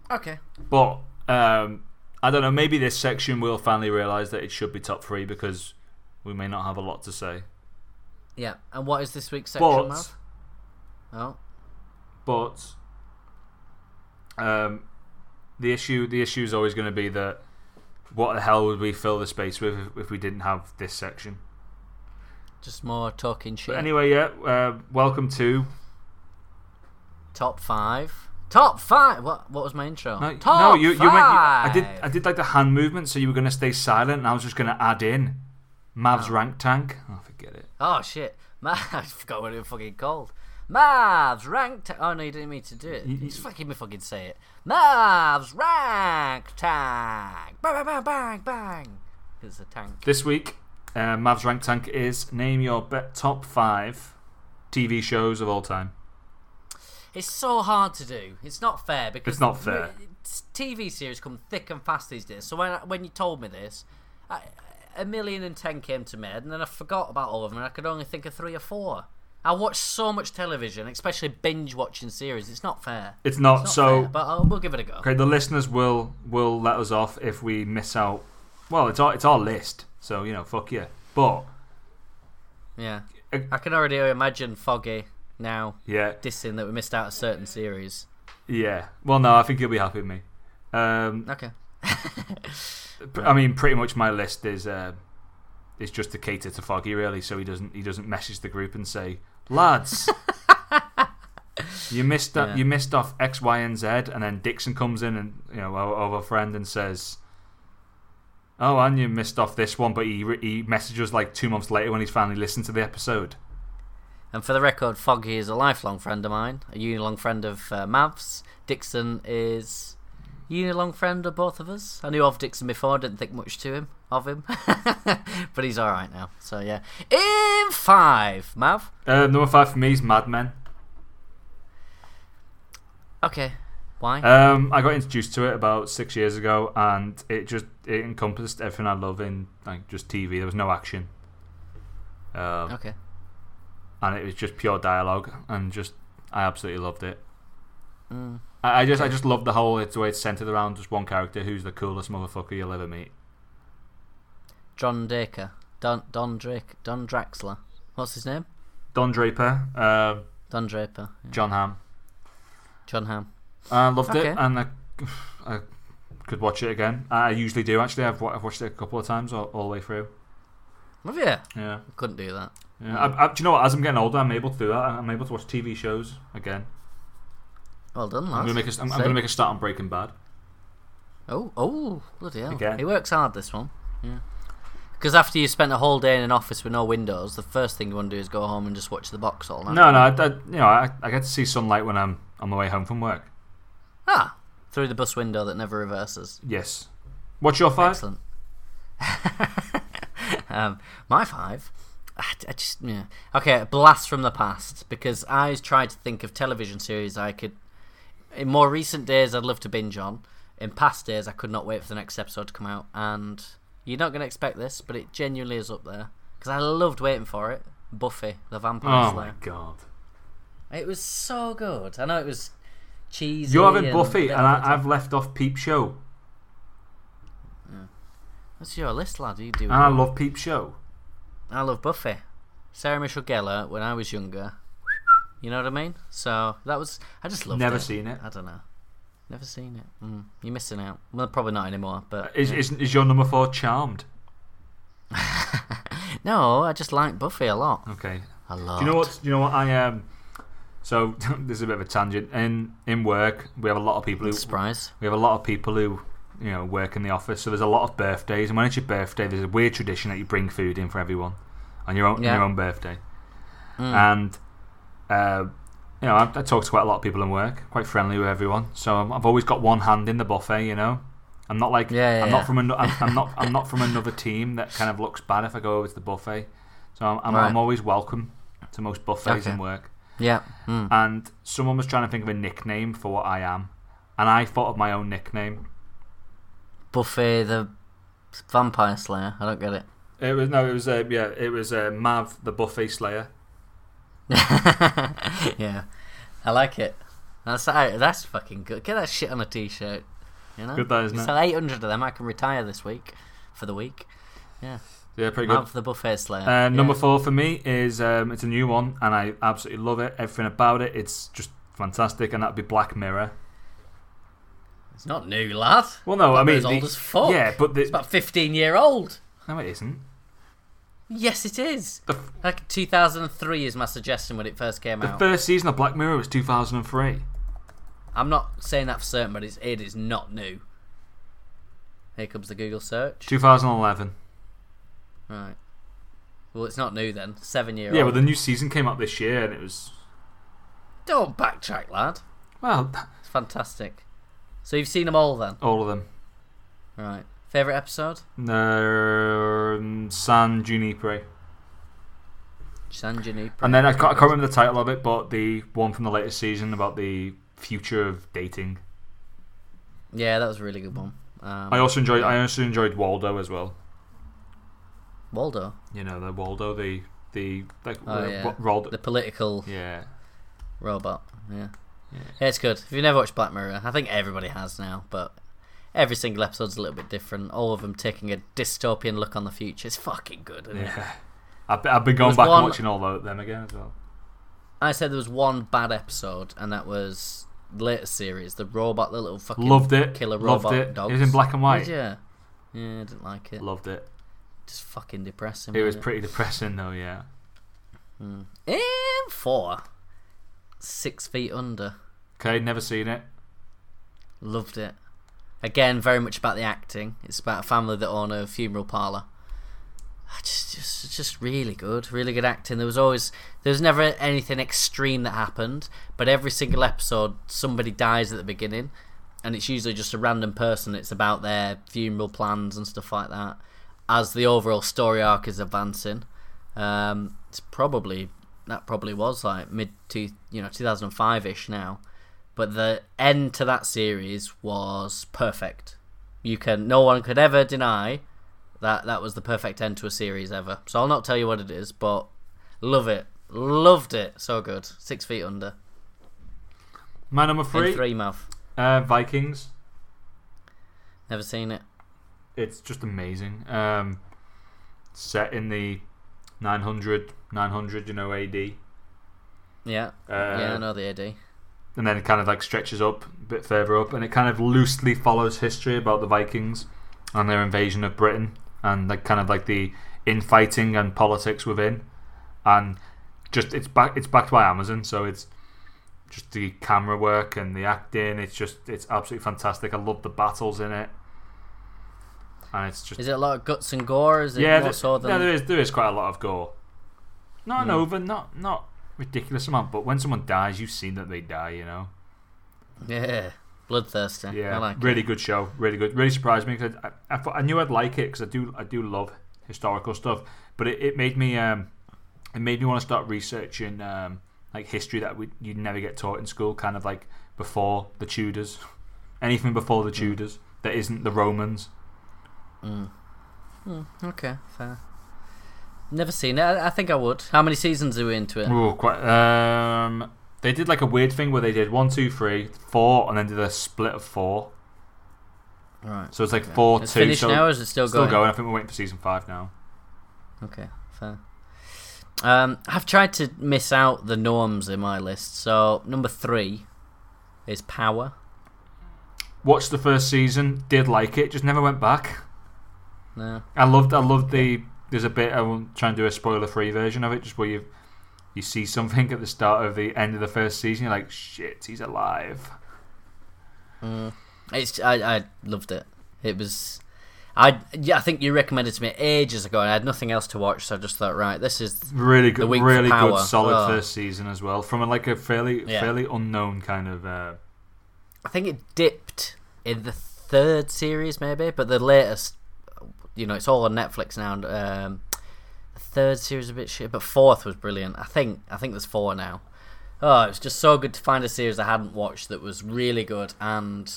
A: okay.
B: But um, I don't know. Maybe this section will finally realise that it should be top three because we may not have a lot to say.
A: Yeah, and what is this week's section,
B: But
A: Mav? Oh,
B: but um, the issue the issue is always going to be that what the hell would we fill the space with if, if we didn't have this section?
A: just more talking shit.
B: But anyway, yeah. Uh, welcome to
A: Top five. Top five. What? What was my intro?
B: no,
A: Top
B: no you you,
A: five.
B: went, you I did I did like the hand movement, so you were going to stay silent, and I was just going to add in Mav's rank tank. Oh, forget it.
A: Oh shit! Ma- I forgot what it was fucking called. Mavs rank. Ta- oh no, you didn't mean to do it. You just fucking me fucking say it. Mavs rank tank. Bang bang bang bang bang. It's a tank.
B: This week, uh, Mavs Rank Tank is name your be- top five TV shows of all time.
A: It's so hard to do. It's not fair because
B: It's not fair.
A: s- TV series come thick and fast these days. So when I- when you told me this, I, a million and ten came to my head, and then I forgot about all of them, and I could only think of three or four. I watch so much television, especially binge watching series. It's not fair.
B: It's not,
A: It's not
B: so.
A: fair, but I'll, we'll give it a go.
B: okay, the listeners will will let us off if we miss out. Well, it's our it's our list, so you know, fuck yeah. But
A: Yeah,
B: uh,
A: I can already imagine Foggy now
B: yeah,
A: dissing that we missed out a certain series.
B: yeah. Well, no, I think you'll be happy with me. Um,
A: Okay.
B: pr- I mean, pretty much my list is uh, is just to cater to Foggy, really. So he doesn't he doesn't message the group and say, lads. You missed that.
A: Yeah.
B: You missed off X, Y, and Z, and then Dixon comes in and you know our, our friend and says, "Oh, and you missed off this one." But he re- he messages like two months later when he's finally listened to the episode.
A: And for the record, Foggy is a lifelong friend of mine, a unilong friend of uh, Mavs. Dixon is unilong friend of both of us. I knew of Dixon before, didn't think much to him of him, but he's all right now. So yeah, in five, Mav.
B: Uh, number five for me is Mad Men.
A: Okay, why?
B: Um, I got introduced to it about six years ago, and it just it encompassed everything I love in like just TV. There was no action, um,
A: okay,
B: and it was just pure dialogue, and just I absolutely loved it.
A: mm,
B: I, I just I just love the whole it's the way it's centered around just one character who's the coolest motherfucker you'll ever meet.
A: John Dacre, Don Don Drake, Don Draxler. What's his name?
B: Don Draper, um,
A: Don Draper, yeah.
B: John Hamm.
A: John Ham.
B: I loved
A: Okay.
B: it, and I, I could watch it again. I usually do actually. I've, wa- I've watched it a couple of times all, all the way through.
A: Have you?
B: Yeah.
A: Couldn't do that.
B: yeah. I, I, do you know what? As I'm getting older, I'm able to do that. I'm able to watch TV shows again.
A: Well done, lad.
B: I'm gonna make a, I'm, I'm
A: Sick.
B: gonna make a start on Breaking Bad.
A: Oh, oh, bloody hell.
B: Again.
A: He works hard, this one. Yeah. Because after you spent a whole day in an office with no windows, the first thing you want to do is go home and just watch the box all night.
B: No, no, I, I, you know, I, I get to see sunlight when I'm on my way home from work.
A: Ah, through the bus window that never reverses.
B: Yes. What's your five?
A: Excellent. um, my five. I, I just yeah. okay. Blast from the past because I tried to think of television series I could. In more recent days, I'd love to binge on. In past days, I could not wait for the next episode to come out, and you're not going to expect this, but it genuinely is up there because I loved waiting for it. Buffy the Vampire
B: Oh my
A: Slayer.
B: god.
A: It was so good. I know it was cheesy.
B: You're having
A: and
B: Buffy, and I,
A: little-
B: I've left off Peep Show.
A: That's your list, lad. You do.
B: And I love Peep Show.
A: I love Buffy. Sarah Michelle Gellar when I was younger. You know what I mean? So that was I just loved
B: Never
A: it.
B: seen it.
A: I don't know. Never seen it. Mm, you're missing out. Well, probably not anymore. But
B: Is, is, is your number four Charmed?
A: no, I just like Buffy a lot.
B: Okay.
A: A lot.
B: Do you know what? Do you know what I um? So this is a bit of a tangent. In in work, we have a lot of people who
A: Surprise.
B: we have a lot of people who you know work in the office. So there's a lot of birthdays, and when it's your birthday, there's a weird tradition that you bring food in for everyone on your own on
A: Yeah.
B: your own birthday.
A: Mm.
B: And uh, you know, I, I talk to quite a lot of people in work, quite friendly with everyone. So I'm, I've always got one hand in the buffet. You know, I'm not like
A: Yeah, yeah,
B: I'm
A: yeah.
B: not from an, I'm, I'm not I'm not from another team that kind of looks bad if I go over to the buffet. So I'm I'm,
A: Right.
B: I'm always welcome to most buffets in
A: Okay.
B: work.
A: Yeah. Mm.
B: And someone was trying to think of a nickname for what I am, and I thought of my own nickname.
A: Buffy the Vampire Slayer. I don't get it.
B: It was no, it was uh, yeah, it was uh, Mav the Buffet Slayer.
A: yeah. I like it. That's I, that's fucking good. Get that shit on a t-shirt. You know.
B: Good that, isn't
A: You
B: it?
A: sell 800 of them. I can retire this week for the week.
B: Yeah, pretty good.
A: Mouth the buffet slayer.
B: Uh, number
A: Yeah.
B: four for me is um, it's a new one, and I absolutely love it. Everything about it, it's just fantastic, and that'd be Black Mirror.
A: It's not new, lad.
B: Well, no, Oh, I mean,
A: it's old
B: the-
A: as fuck.
B: yeah, but the,
A: It's about 15 year old.
B: no, it isn't.
A: Yes, it is.
B: The, f-
A: Like 2003 is my suggestion when it first came
B: the
A: out.
B: first season of Black Mirror was 2003.
A: I'm not saying that for certain, but it's, it is not new. Here comes the Google search.
B: 2011.
A: Right. Well, it's not new then. Seven year
B: Yeah, but
A: old.
B: the new season came out this year, and it was
A: Don't backtrack, lad.
B: well,
A: It's fantastic. So you've seen them all then?
B: all of them.
A: Right. Favourite episode?
B: Um, San Junipero.
A: San Junipero.
B: And then I can't, I can't remember the title of it, but the one from the latest season about the future of dating.
A: Yeah, that was a really good one. Um,
B: I also enjoyed. I also enjoyed Waldo as well.
A: Waldo.
B: You know the Waldo, the the like
A: Oh,
B: uh,
A: yeah.
B: Ro- Rod-
A: The political
B: yeah.
A: robot. Yeah.
B: Yeah.
A: yeah. It's good. If you've never watched Black Mirror, I think everybody has now, but every single episode's a little bit different. All of them taking a dystopian look on the future. It's fucking good, isn't it?
B: yeah. I've, been- I've been
A: There
B: going
A: was
B: back
A: one-
B: and watching all of them again as well.
A: I said there was one bad episode, and that was the latest series, the robot, the little fucking
B: Loved it.
A: killer
B: Loved
A: robot
B: it.
A: dogs.
B: It was in black and white.
A: Did ya? Yeah, I didn't like it.
B: Loved it.
A: Just fucking depressing.
B: It was
A: wasn't
B: pretty depressing though. Yeah.
A: And four. Six feet under.
B: Okay. Never seen it.
A: Loved it. Again, very much about the acting. It's about a family that own a funeral parlor. I Just, just, just really good, really good acting. There was always, there was never anything extreme that happened, but every single episode, somebody dies at the beginning, and it's usually just a random person. It's about their funeral plans and stuff like that. As the overall story arc is advancing, um, it's probably that probably was like mid to you know 2005 ish now but the end to that series was perfect. You can no one could ever deny that that was the perfect end to a series ever. So I'll not tell you what it is, but love it, loved it, so good. Six feet under,
B: My number
A: three,
B: three,
A: in three mouth.
B: Uh, Vikings.
A: Never seen it.
B: It's just amazing. Um, set in the 900, 900, you know, AD.
A: Yeah,
B: Uh,
A: yeah, I know the AD.
B: and then it kind of like stretches up a bit further up, and it kind of loosely follows history about the Vikings and their invasion of Britain and like kind of like the infighting and politics within, and just it's back it's backed by Amazon, so it's just the camera work and the acting. It's just it's absolutely fantastic. I love the battles in it, and it's just
A: Is it a lot of guts and gore? Is it
B: yeah,
A: more
B: there,
A: so than Hmm.
B: no, there is there is quite a lot of gore. Not an over, not not ridiculous amount, but when someone dies, you've seen that they die, you know.
A: yeah, bloodthirsty?
B: Yeah,
A: I like
B: really good show, really good, really surprised me because I, I, thought- I knew I'd like it because I do I do love historical stuff, but it, it made me um it made me want to start researching um like history that we, you'd never get taught in school, kind of like before the Tudors, anything before the
A: Mm.
B: Tudors that isn't the Romans.
A: it. Mm. Hmm, Okay, fair. Never seen it. I, I think I would. How many seasons are we into it?
B: Ooh, quite. Um, they did like a weird thing where they did one, two, three, four, and then did a split of four.
A: Right.
B: So it's like four,
A: It's
B: two.
A: finished
B: so
A: now, or is it still,
B: still going. I think we're waiting for season five now.
A: Okay, fair. Um, I've tried to miss out the norms in my list. So number three is Power.
B: Watched the first season, did like it, just never went back.
A: No.
B: I loved, I loved the. There's a bit I won't try and do a spoiler-free version of it, just where you you see something at the start of the end of the first season, you're like, shit, he's alive.
A: It's I, I loved it. It was I yeah, I think you recommended to me ages ago and I had nothing else to watch, so I just thought, right, this is
B: Really good,
A: The Wings of
B: really
A: Power.
B: good, solid
A: Oh.
B: first season as well. From a, like a fairly,
A: Yeah.
B: fairly unknown kind of. Uh,
A: I think it dipped in the third series maybe, but the latest you know, it's all on Netflix now and um the third series was a bit shit, but fourth was brilliant. I think I think there's four now. Oh, it was just so good to find a series I hadn't watched that was really good and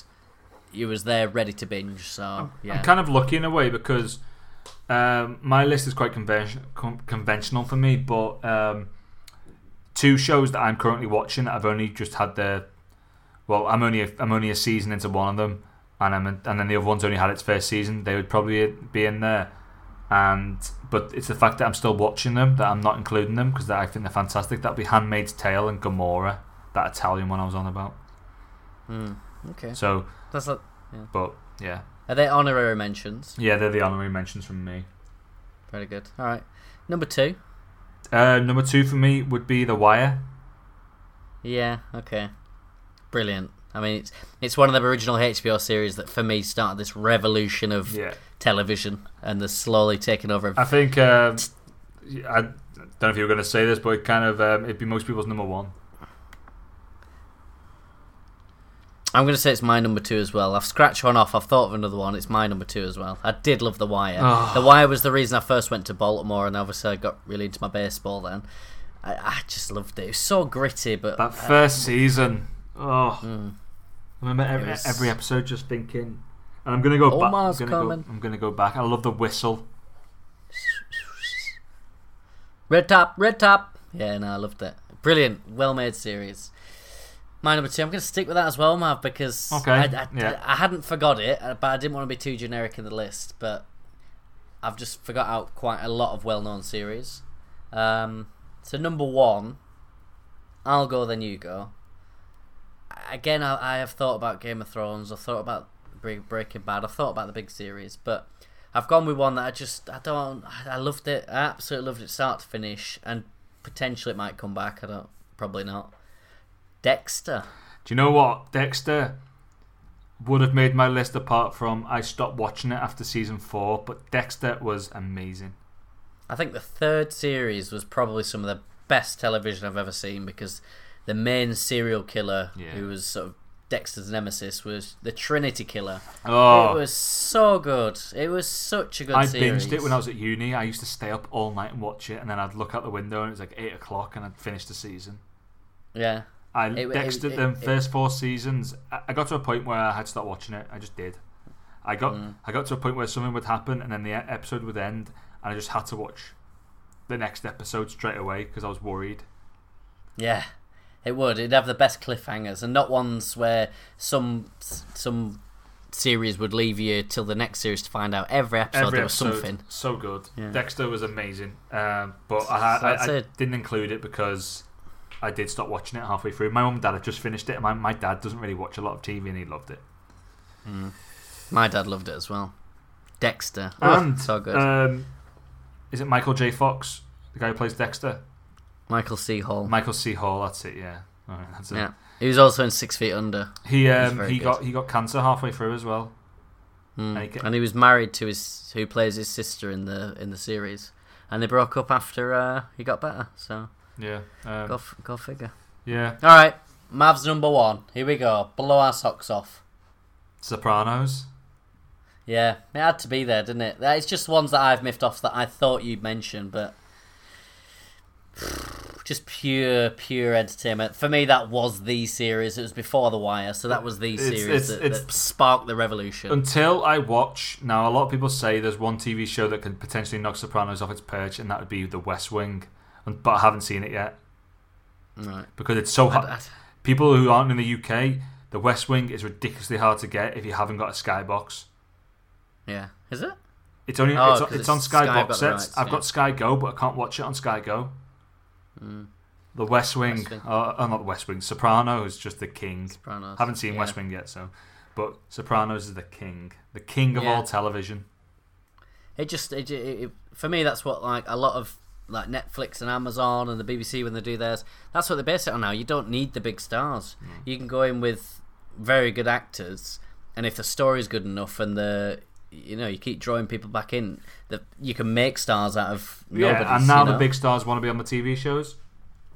A: it was there ready to binge, so yeah.
B: Oh, I'm kind of lucky in a way because um, my list is quite convention- con- conventional for me, but um, two shows that I'm currently watching, I've only just had the. Well, I'm only a, I'm only a season into one of them, and I'm in, and then the other one's only had its first season. They would probably uh, be in there, and but it's the fact that I'm still watching them that I'm not including them because I think they're fantastic. That'd be Handmaid's Tale and Gomorrah, that Italian one I was on about.
A: Hmm, okay.
B: So,
A: That's like,
B: but yeah,
A: are they honorary mentions?
B: yeah, they're the honorary mentions from me.
A: Very good. All right. Number two.
B: Uh, number two for me would be The Wire.
A: Yeah. Okay. Brilliant. I mean, it's it's one of the original HBO series that for me started this revolution of
B: Yeah,
A: television and the slowly taking over. Of,
B: I think um, I don't know if you were going to say this, but it kind of um, it'd be most people's number one.
A: I'm going to say it's my number two as well. I've scratched one off. I've thought of another one. It's my number two as well. I did love The Wire. The Wire was the reason I first went to Baltimore, and obviously I got really into my baseball then. I, I just loved it. It was so gritty, but
B: That first season, oh,
A: mm.
B: I remember every,
A: It was-
B: every episode just thinking, and I'm going to go back. I'm
A: Omar's
B: going to go,
A: coming.
B: I'm gonna go back. I love the whistle.
A: Red Top, Red Top. Yeah, no, I loved it. Brilliant, well made series. My number two, I'm going to stick with that as well, Mav, because
B: Okay,
A: I, I,
B: yeah.
A: I hadn't forgot it, uh, but I didn't want to be too generic in the list. But I've just forgot out quite a lot of well known series. Um, so, number one, I'll go, then you go. Again, I, I have thought about Game of Thrones, I've thought about Bre- Breaking Bad, I've thought about the big series, but I've gone with one that I just I don't I I loved it. I absolutely loved it start to finish, and potentially it might come back. I don't probably not. Dexter.
B: Do you know what Dexter would have made my list apart from I stopped watching it after season four, but Dexter was amazing.
A: I think the third series was probably some of the best television I've ever seen because the main serial killer
B: Yeah.
A: who was sort of Dexter's nemesis was the Trinity Killer.
B: Oh,
A: It was so good. It was such a good
B: I
A: series.
B: binged it when I was at uni. I used to stay up all night and watch it, and then I'd look out the window and it was like eight o'clock, and I'd finish the season.
A: Yeah.
B: I
A: It wa-
B: Dexter
A: it-
B: them
A: it-
B: first four seasons. I I got to a point where I had to start watching it. I just did. I got
A: Mm.
B: I got to a point where something would happen, and then the e- episode would end, and I just had to watch the next episode straight away because I was worried.
A: Yeah, it would. It'd have the best cliffhangers, and not ones where some some series would leave you till the next series to find out. Every episode
B: Every
A: there was
B: episode,
A: something.
B: so good.
A: Yeah.
B: Dexter was amazing, um, but I,
A: So
B: I,
A: that's
B: I
A: it.
B: didn't include it because I did stop watching it halfway through. My mum and dad had just finished it. and My, my dad doesn't really watch a lot of TV and he loved it.
A: Mm. My dad loved it as well. Dexter. Oh,
B: and
A: so good.
B: Um, is it Michael J. Fox, the guy who plays Dexter?
A: Michael C. Hall.
B: Michael C. Hall. That's it. Yeah. All right, that's it.
A: Oh. yeah. He was also in Six Feet Under.
B: He
A: He's
B: um,
A: very
B: he
A: good.
B: got he got cancer halfway through as well.
A: Mm.
B: And he ca-
A: And he was married to his who plays his sister in the in the series. And they broke up after uh, he got better. So
B: Yeah.
A: go
B: Um,
A: f- go figure.
B: yeah.
A: All right, Mavs number one. Here we go. Blow our socks off.
B: Sopranos.
A: Yeah, it had to be there, didn't it? That- It's just ones that I've miffed off that I thought you'd mention, but just pure, pure entertainment. For me, that was the series. It was before The Wire, so that was the
B: It's-
A: series
B: it's-
A: that,
B: it's-
A: that sparked the revolution.
B: Until I watch now, a lot of people say there's one TV show that could potentially knock Sopranos off its perch, and that would be The West Wing. And- But I haven't seen it yet
A: right.
B: because it's so
A: I-
B: hard.
A: I-
B: People who aren't in the UK, The West Wing is ridiculously hard to get if you haven't got a Skybox.
A: yeah, is it?
B: It's only
A: Oh,
B: it's,
A: 'cause
B: it's on
A: it's
B: Skybox
A: Sky
B: sets.
A: rights,
B: I've
A: yeah.
B: got Sky Go, but I can't watch it on Sky Go. The West Wing,
A: Hmm. West Wing.
B: Uh, oh, not The West Wing. Soprano is just the king.
A: Sopranos.
B: Haven't seen
A: yeah.
B: West Wing yet, so. But Sopranos is the king, the king of
A: Yeah.
B: all television.
A: It just it, it, it for me that's what like a lot of like Netflix and Amazon and the BBC when they do theirs that's what they base it on now. You don't need the big stars.
B: Mm.
A: You can go in with very good actors, and if the story's good enough and the you know you keep drawing people back in, that you can make stars out of nobody.
B: yeah, and now the big stars want to be on the TV shows.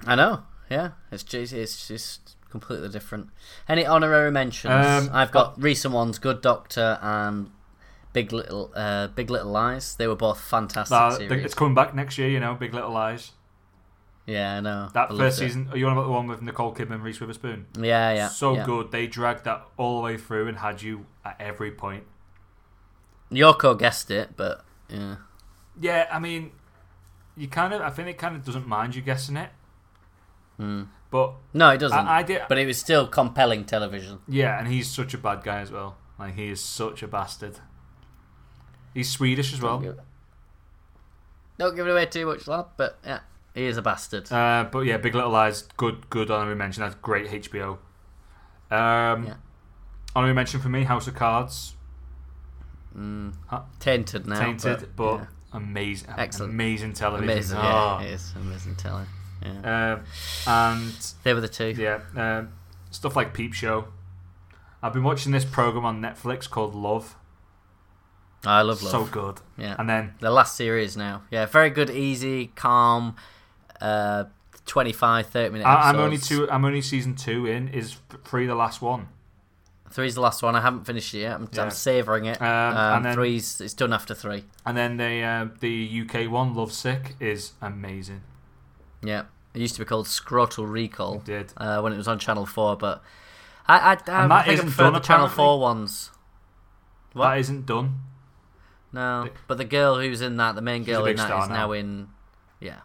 A: I know. Yeah, it's just it's just completely different. Any honorary mentions?
B: Um,
A: I've got recent ones: Good Doctor and Big Little uh, Big Little Lies. They were both fantastic
B: Uh,
A: series.
B: the- it's coming back next year, you know. Big Little Lies.
A: Yeah, I know. I
B: That
A: loved
B: first
A: it.
B: season. Are you on about the one with Nicole Kidman, and Reese Witherspoon?
A: Yeah, yeah.
B: so
A: yeah.
B: good. They dragged that all the way through and had you at every point.
A: Yoko guessed it, but yeah.
B: Yeah, I mean, you kind of. I think it kind of doesn't mind you guessing it. But
A: No, it Hmm. doesn't.
B: I, I did.
A: But it was still compelling television.
B: Yeah, and he's such a bad guy as well. Like he is such a bastard. He's Swedish as well.
A: Don't give it away too much, lad, but yeah, he is a bastard.
B: Uh, but yeah, Big Little Lies, good, good honorary mention. That's great HBO. Um,
A: Yeah.
B: Honorary mention for me, House of Cards,
A: Tainted now.
B: tainted,
A: Oh, but,
B: but,
A: yeah.
B: amazing,
A: Excellent.
B: amazing television.
A: amazing.
B: Oh.
A: Yeah, it is amazing telling. Yeah.
B: Um, and
A: they were the two.
B: yeah, um, stuff like Peep Show. I've been watching this program on Netflix called Love.
A: Oh, I love love.
B: So good.
A: yeah.
B: And then
A: The last series now. Yeah, very good, easy, calm, uh, 25, 30 minute
B: I, I'm only
A: episodes.
B: two. I'm only season two in. Is three the last one?
A: Three's the last one. I haven't finished it yet. I'm,
B: Yeah.
A: I'm savouring it.
B: Um,
A: um,
B: and then-
A: three's, it's done after three.
B: And then they, uh, the UK one, Love Sick, is amazing.
A: Yeah, it used to be called Scrotal Recall
B: It did.
A: uh, when it was on Channel Four, but I I, I,
B: And that
A: think I
B: isn't
A: prefer
B: done,
A: the Channel
B: apparently.
A: Four ones. What?
B: That isn't done.
A: No, but the girl who's in that, the main
B: a
A: girl in
B: big
A: that,
B: star
A: is
B: now.
A: now in. Yeah,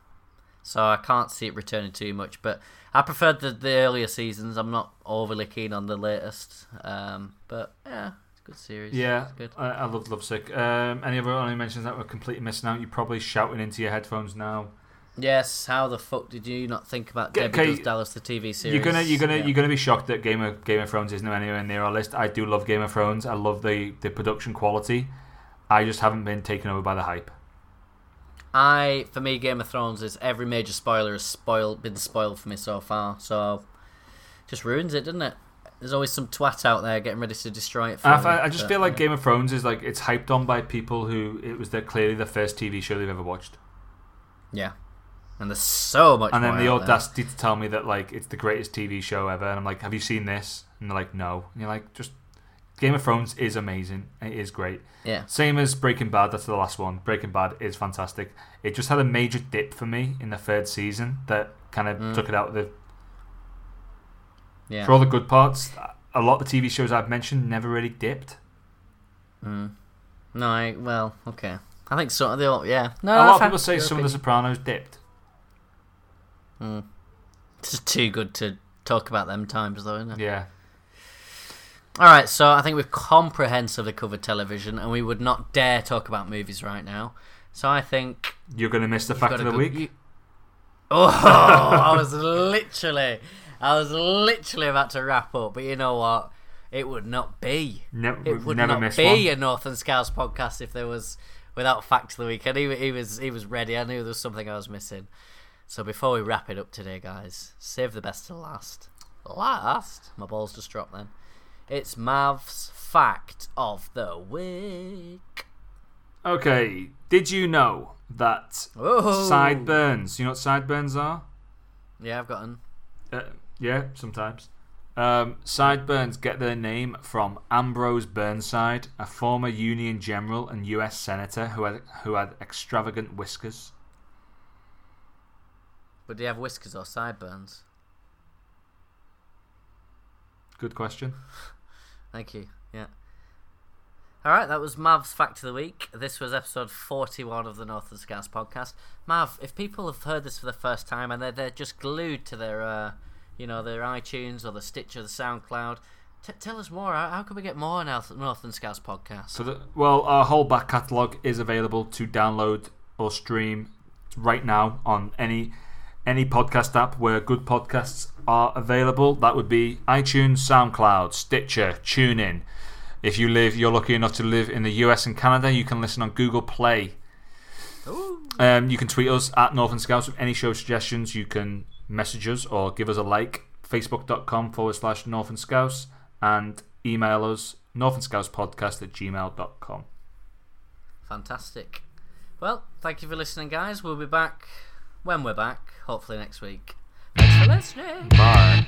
A: so I can't see it returning too much. But I preferred the the earlier seasons. I'm not overly keen on the latest. Um, but yeah, it's a good series.
B: Yeah,
A: it's good.
B: I, I loved Love Sick. Um, any other honorary mentions that were completely missing out? You're probably shouting into your headphones now.
A: Yes, how the fuck did you not think about
B: G-
A: Debbie
B: okay,
A: Does Dallas the TV series?
B: You're gonna, you're gonna,
A: Yeah.
B: you're gonna be shocked that Game of Game of Thrones isn't anywhere near our list. I do love Game of Thrones. I love the the production quality. I just haven't been taken over by the hype.
A: I for me Game of Thrones is every major spoiler has spoiled been spoiled for me so far, so just ruins it, doesn't it? There's always some twat out there getting ready to destroy it for
B: I,
A: me,
B: I- I just
A: but,
B: feel like
A: yeah.
B: Game of Thrones is like it's hyped on by people who it was their clearly the first TV show they've ever watched.
A: Yeah. And there's so much
B: and then
A: more
B: the
A: out there.
B: audacity to tell me that like it's the greatest TV show ever, and I'm like, "Have you seen this?" And they're like, "No." And you're like, "Just Game of Thrones is amazing. It is great.
A: Yeah.
B: Same as Breaking Bad. That's the last one. Breaking Bad is fantastic. It just had a major dip for me in the third season that kind of took it out of the.
A: Yeah.
B: For all the good parts, a lot of the TV shows I've mentioned never really dipped.
A: No, I well, okay. I think so they all yeah. No,
B: a lot of
A: fair.
B: people say
A: Your
B: some of The
A: opinion.
B: Sopranos dipped.
A: It's just too good to talk about them times though, isn't it?
B: Yeah.
A: Alright, so I think we've comprehensively covered television and we would not dare talk about movies right now. So I think
B: You're going to miss the
A: You've
B: fact
A: got
B: of
A: a
B: the
A: good-
B: week.
A: you- Oh, I was literally, I was literally about to wrap up, but you know what? It would not be.
B: Ne-
A: it
B: we've
A: would
B: never
A: not
B: missed
A: be
B: one.
A: a Northern Scouts podcast if there was without fact of the weekend. He, he was he was ready. I knew there was something I was missing. So before we wrap it up today, guys, save the best to last. Last, my balls just dropped. Then it's Mav's fact of the week.
B: Okay, did you know that
A: Oh,
B: sideburns? You know what sideburns are?
A: Yeah, I've gotten.
B: Uh, yeah, sometimes. Um, sideburns get their name from Ambrose Burnside, a former Union general and U.S. senator who had who had extravagant whiskers.
A: But do you have whiskers or sideburns?
B: Good question.
A: Thank you. Yeah. All right, that was Mav's fact of the week. This was episode forty-one of the Northern Scouts podcast. Mav, if people have heard this for the first time and they're they're just glued to their, uh, you know, their iTunes or the Stitcher, the SoundCloud, t- tell us more. How, how can we get more now? Northern Scouts podcast.
B: So, the, well, our whole back catalogue is available to download or stream right now on any any podcast app where good podcasts are available. That would be iTunes, SoundCloud, Stitcher, TuneIn. If you live, you're lucky enough to live in the US and Canada, you can listen on Google Play.
A: Ooh.
B: Um, you can tweet us at Northern Scouts with any show suggestions. You can message us or give us a like. Facebook.com forward slash Northern Scouts and email us Northern Scouts podcast at gmail.com.
A: Fantastic. Well, thank you for listening, guys. We'll be back when we're back, hopefully next week. Thanks for listening.
B: Bye.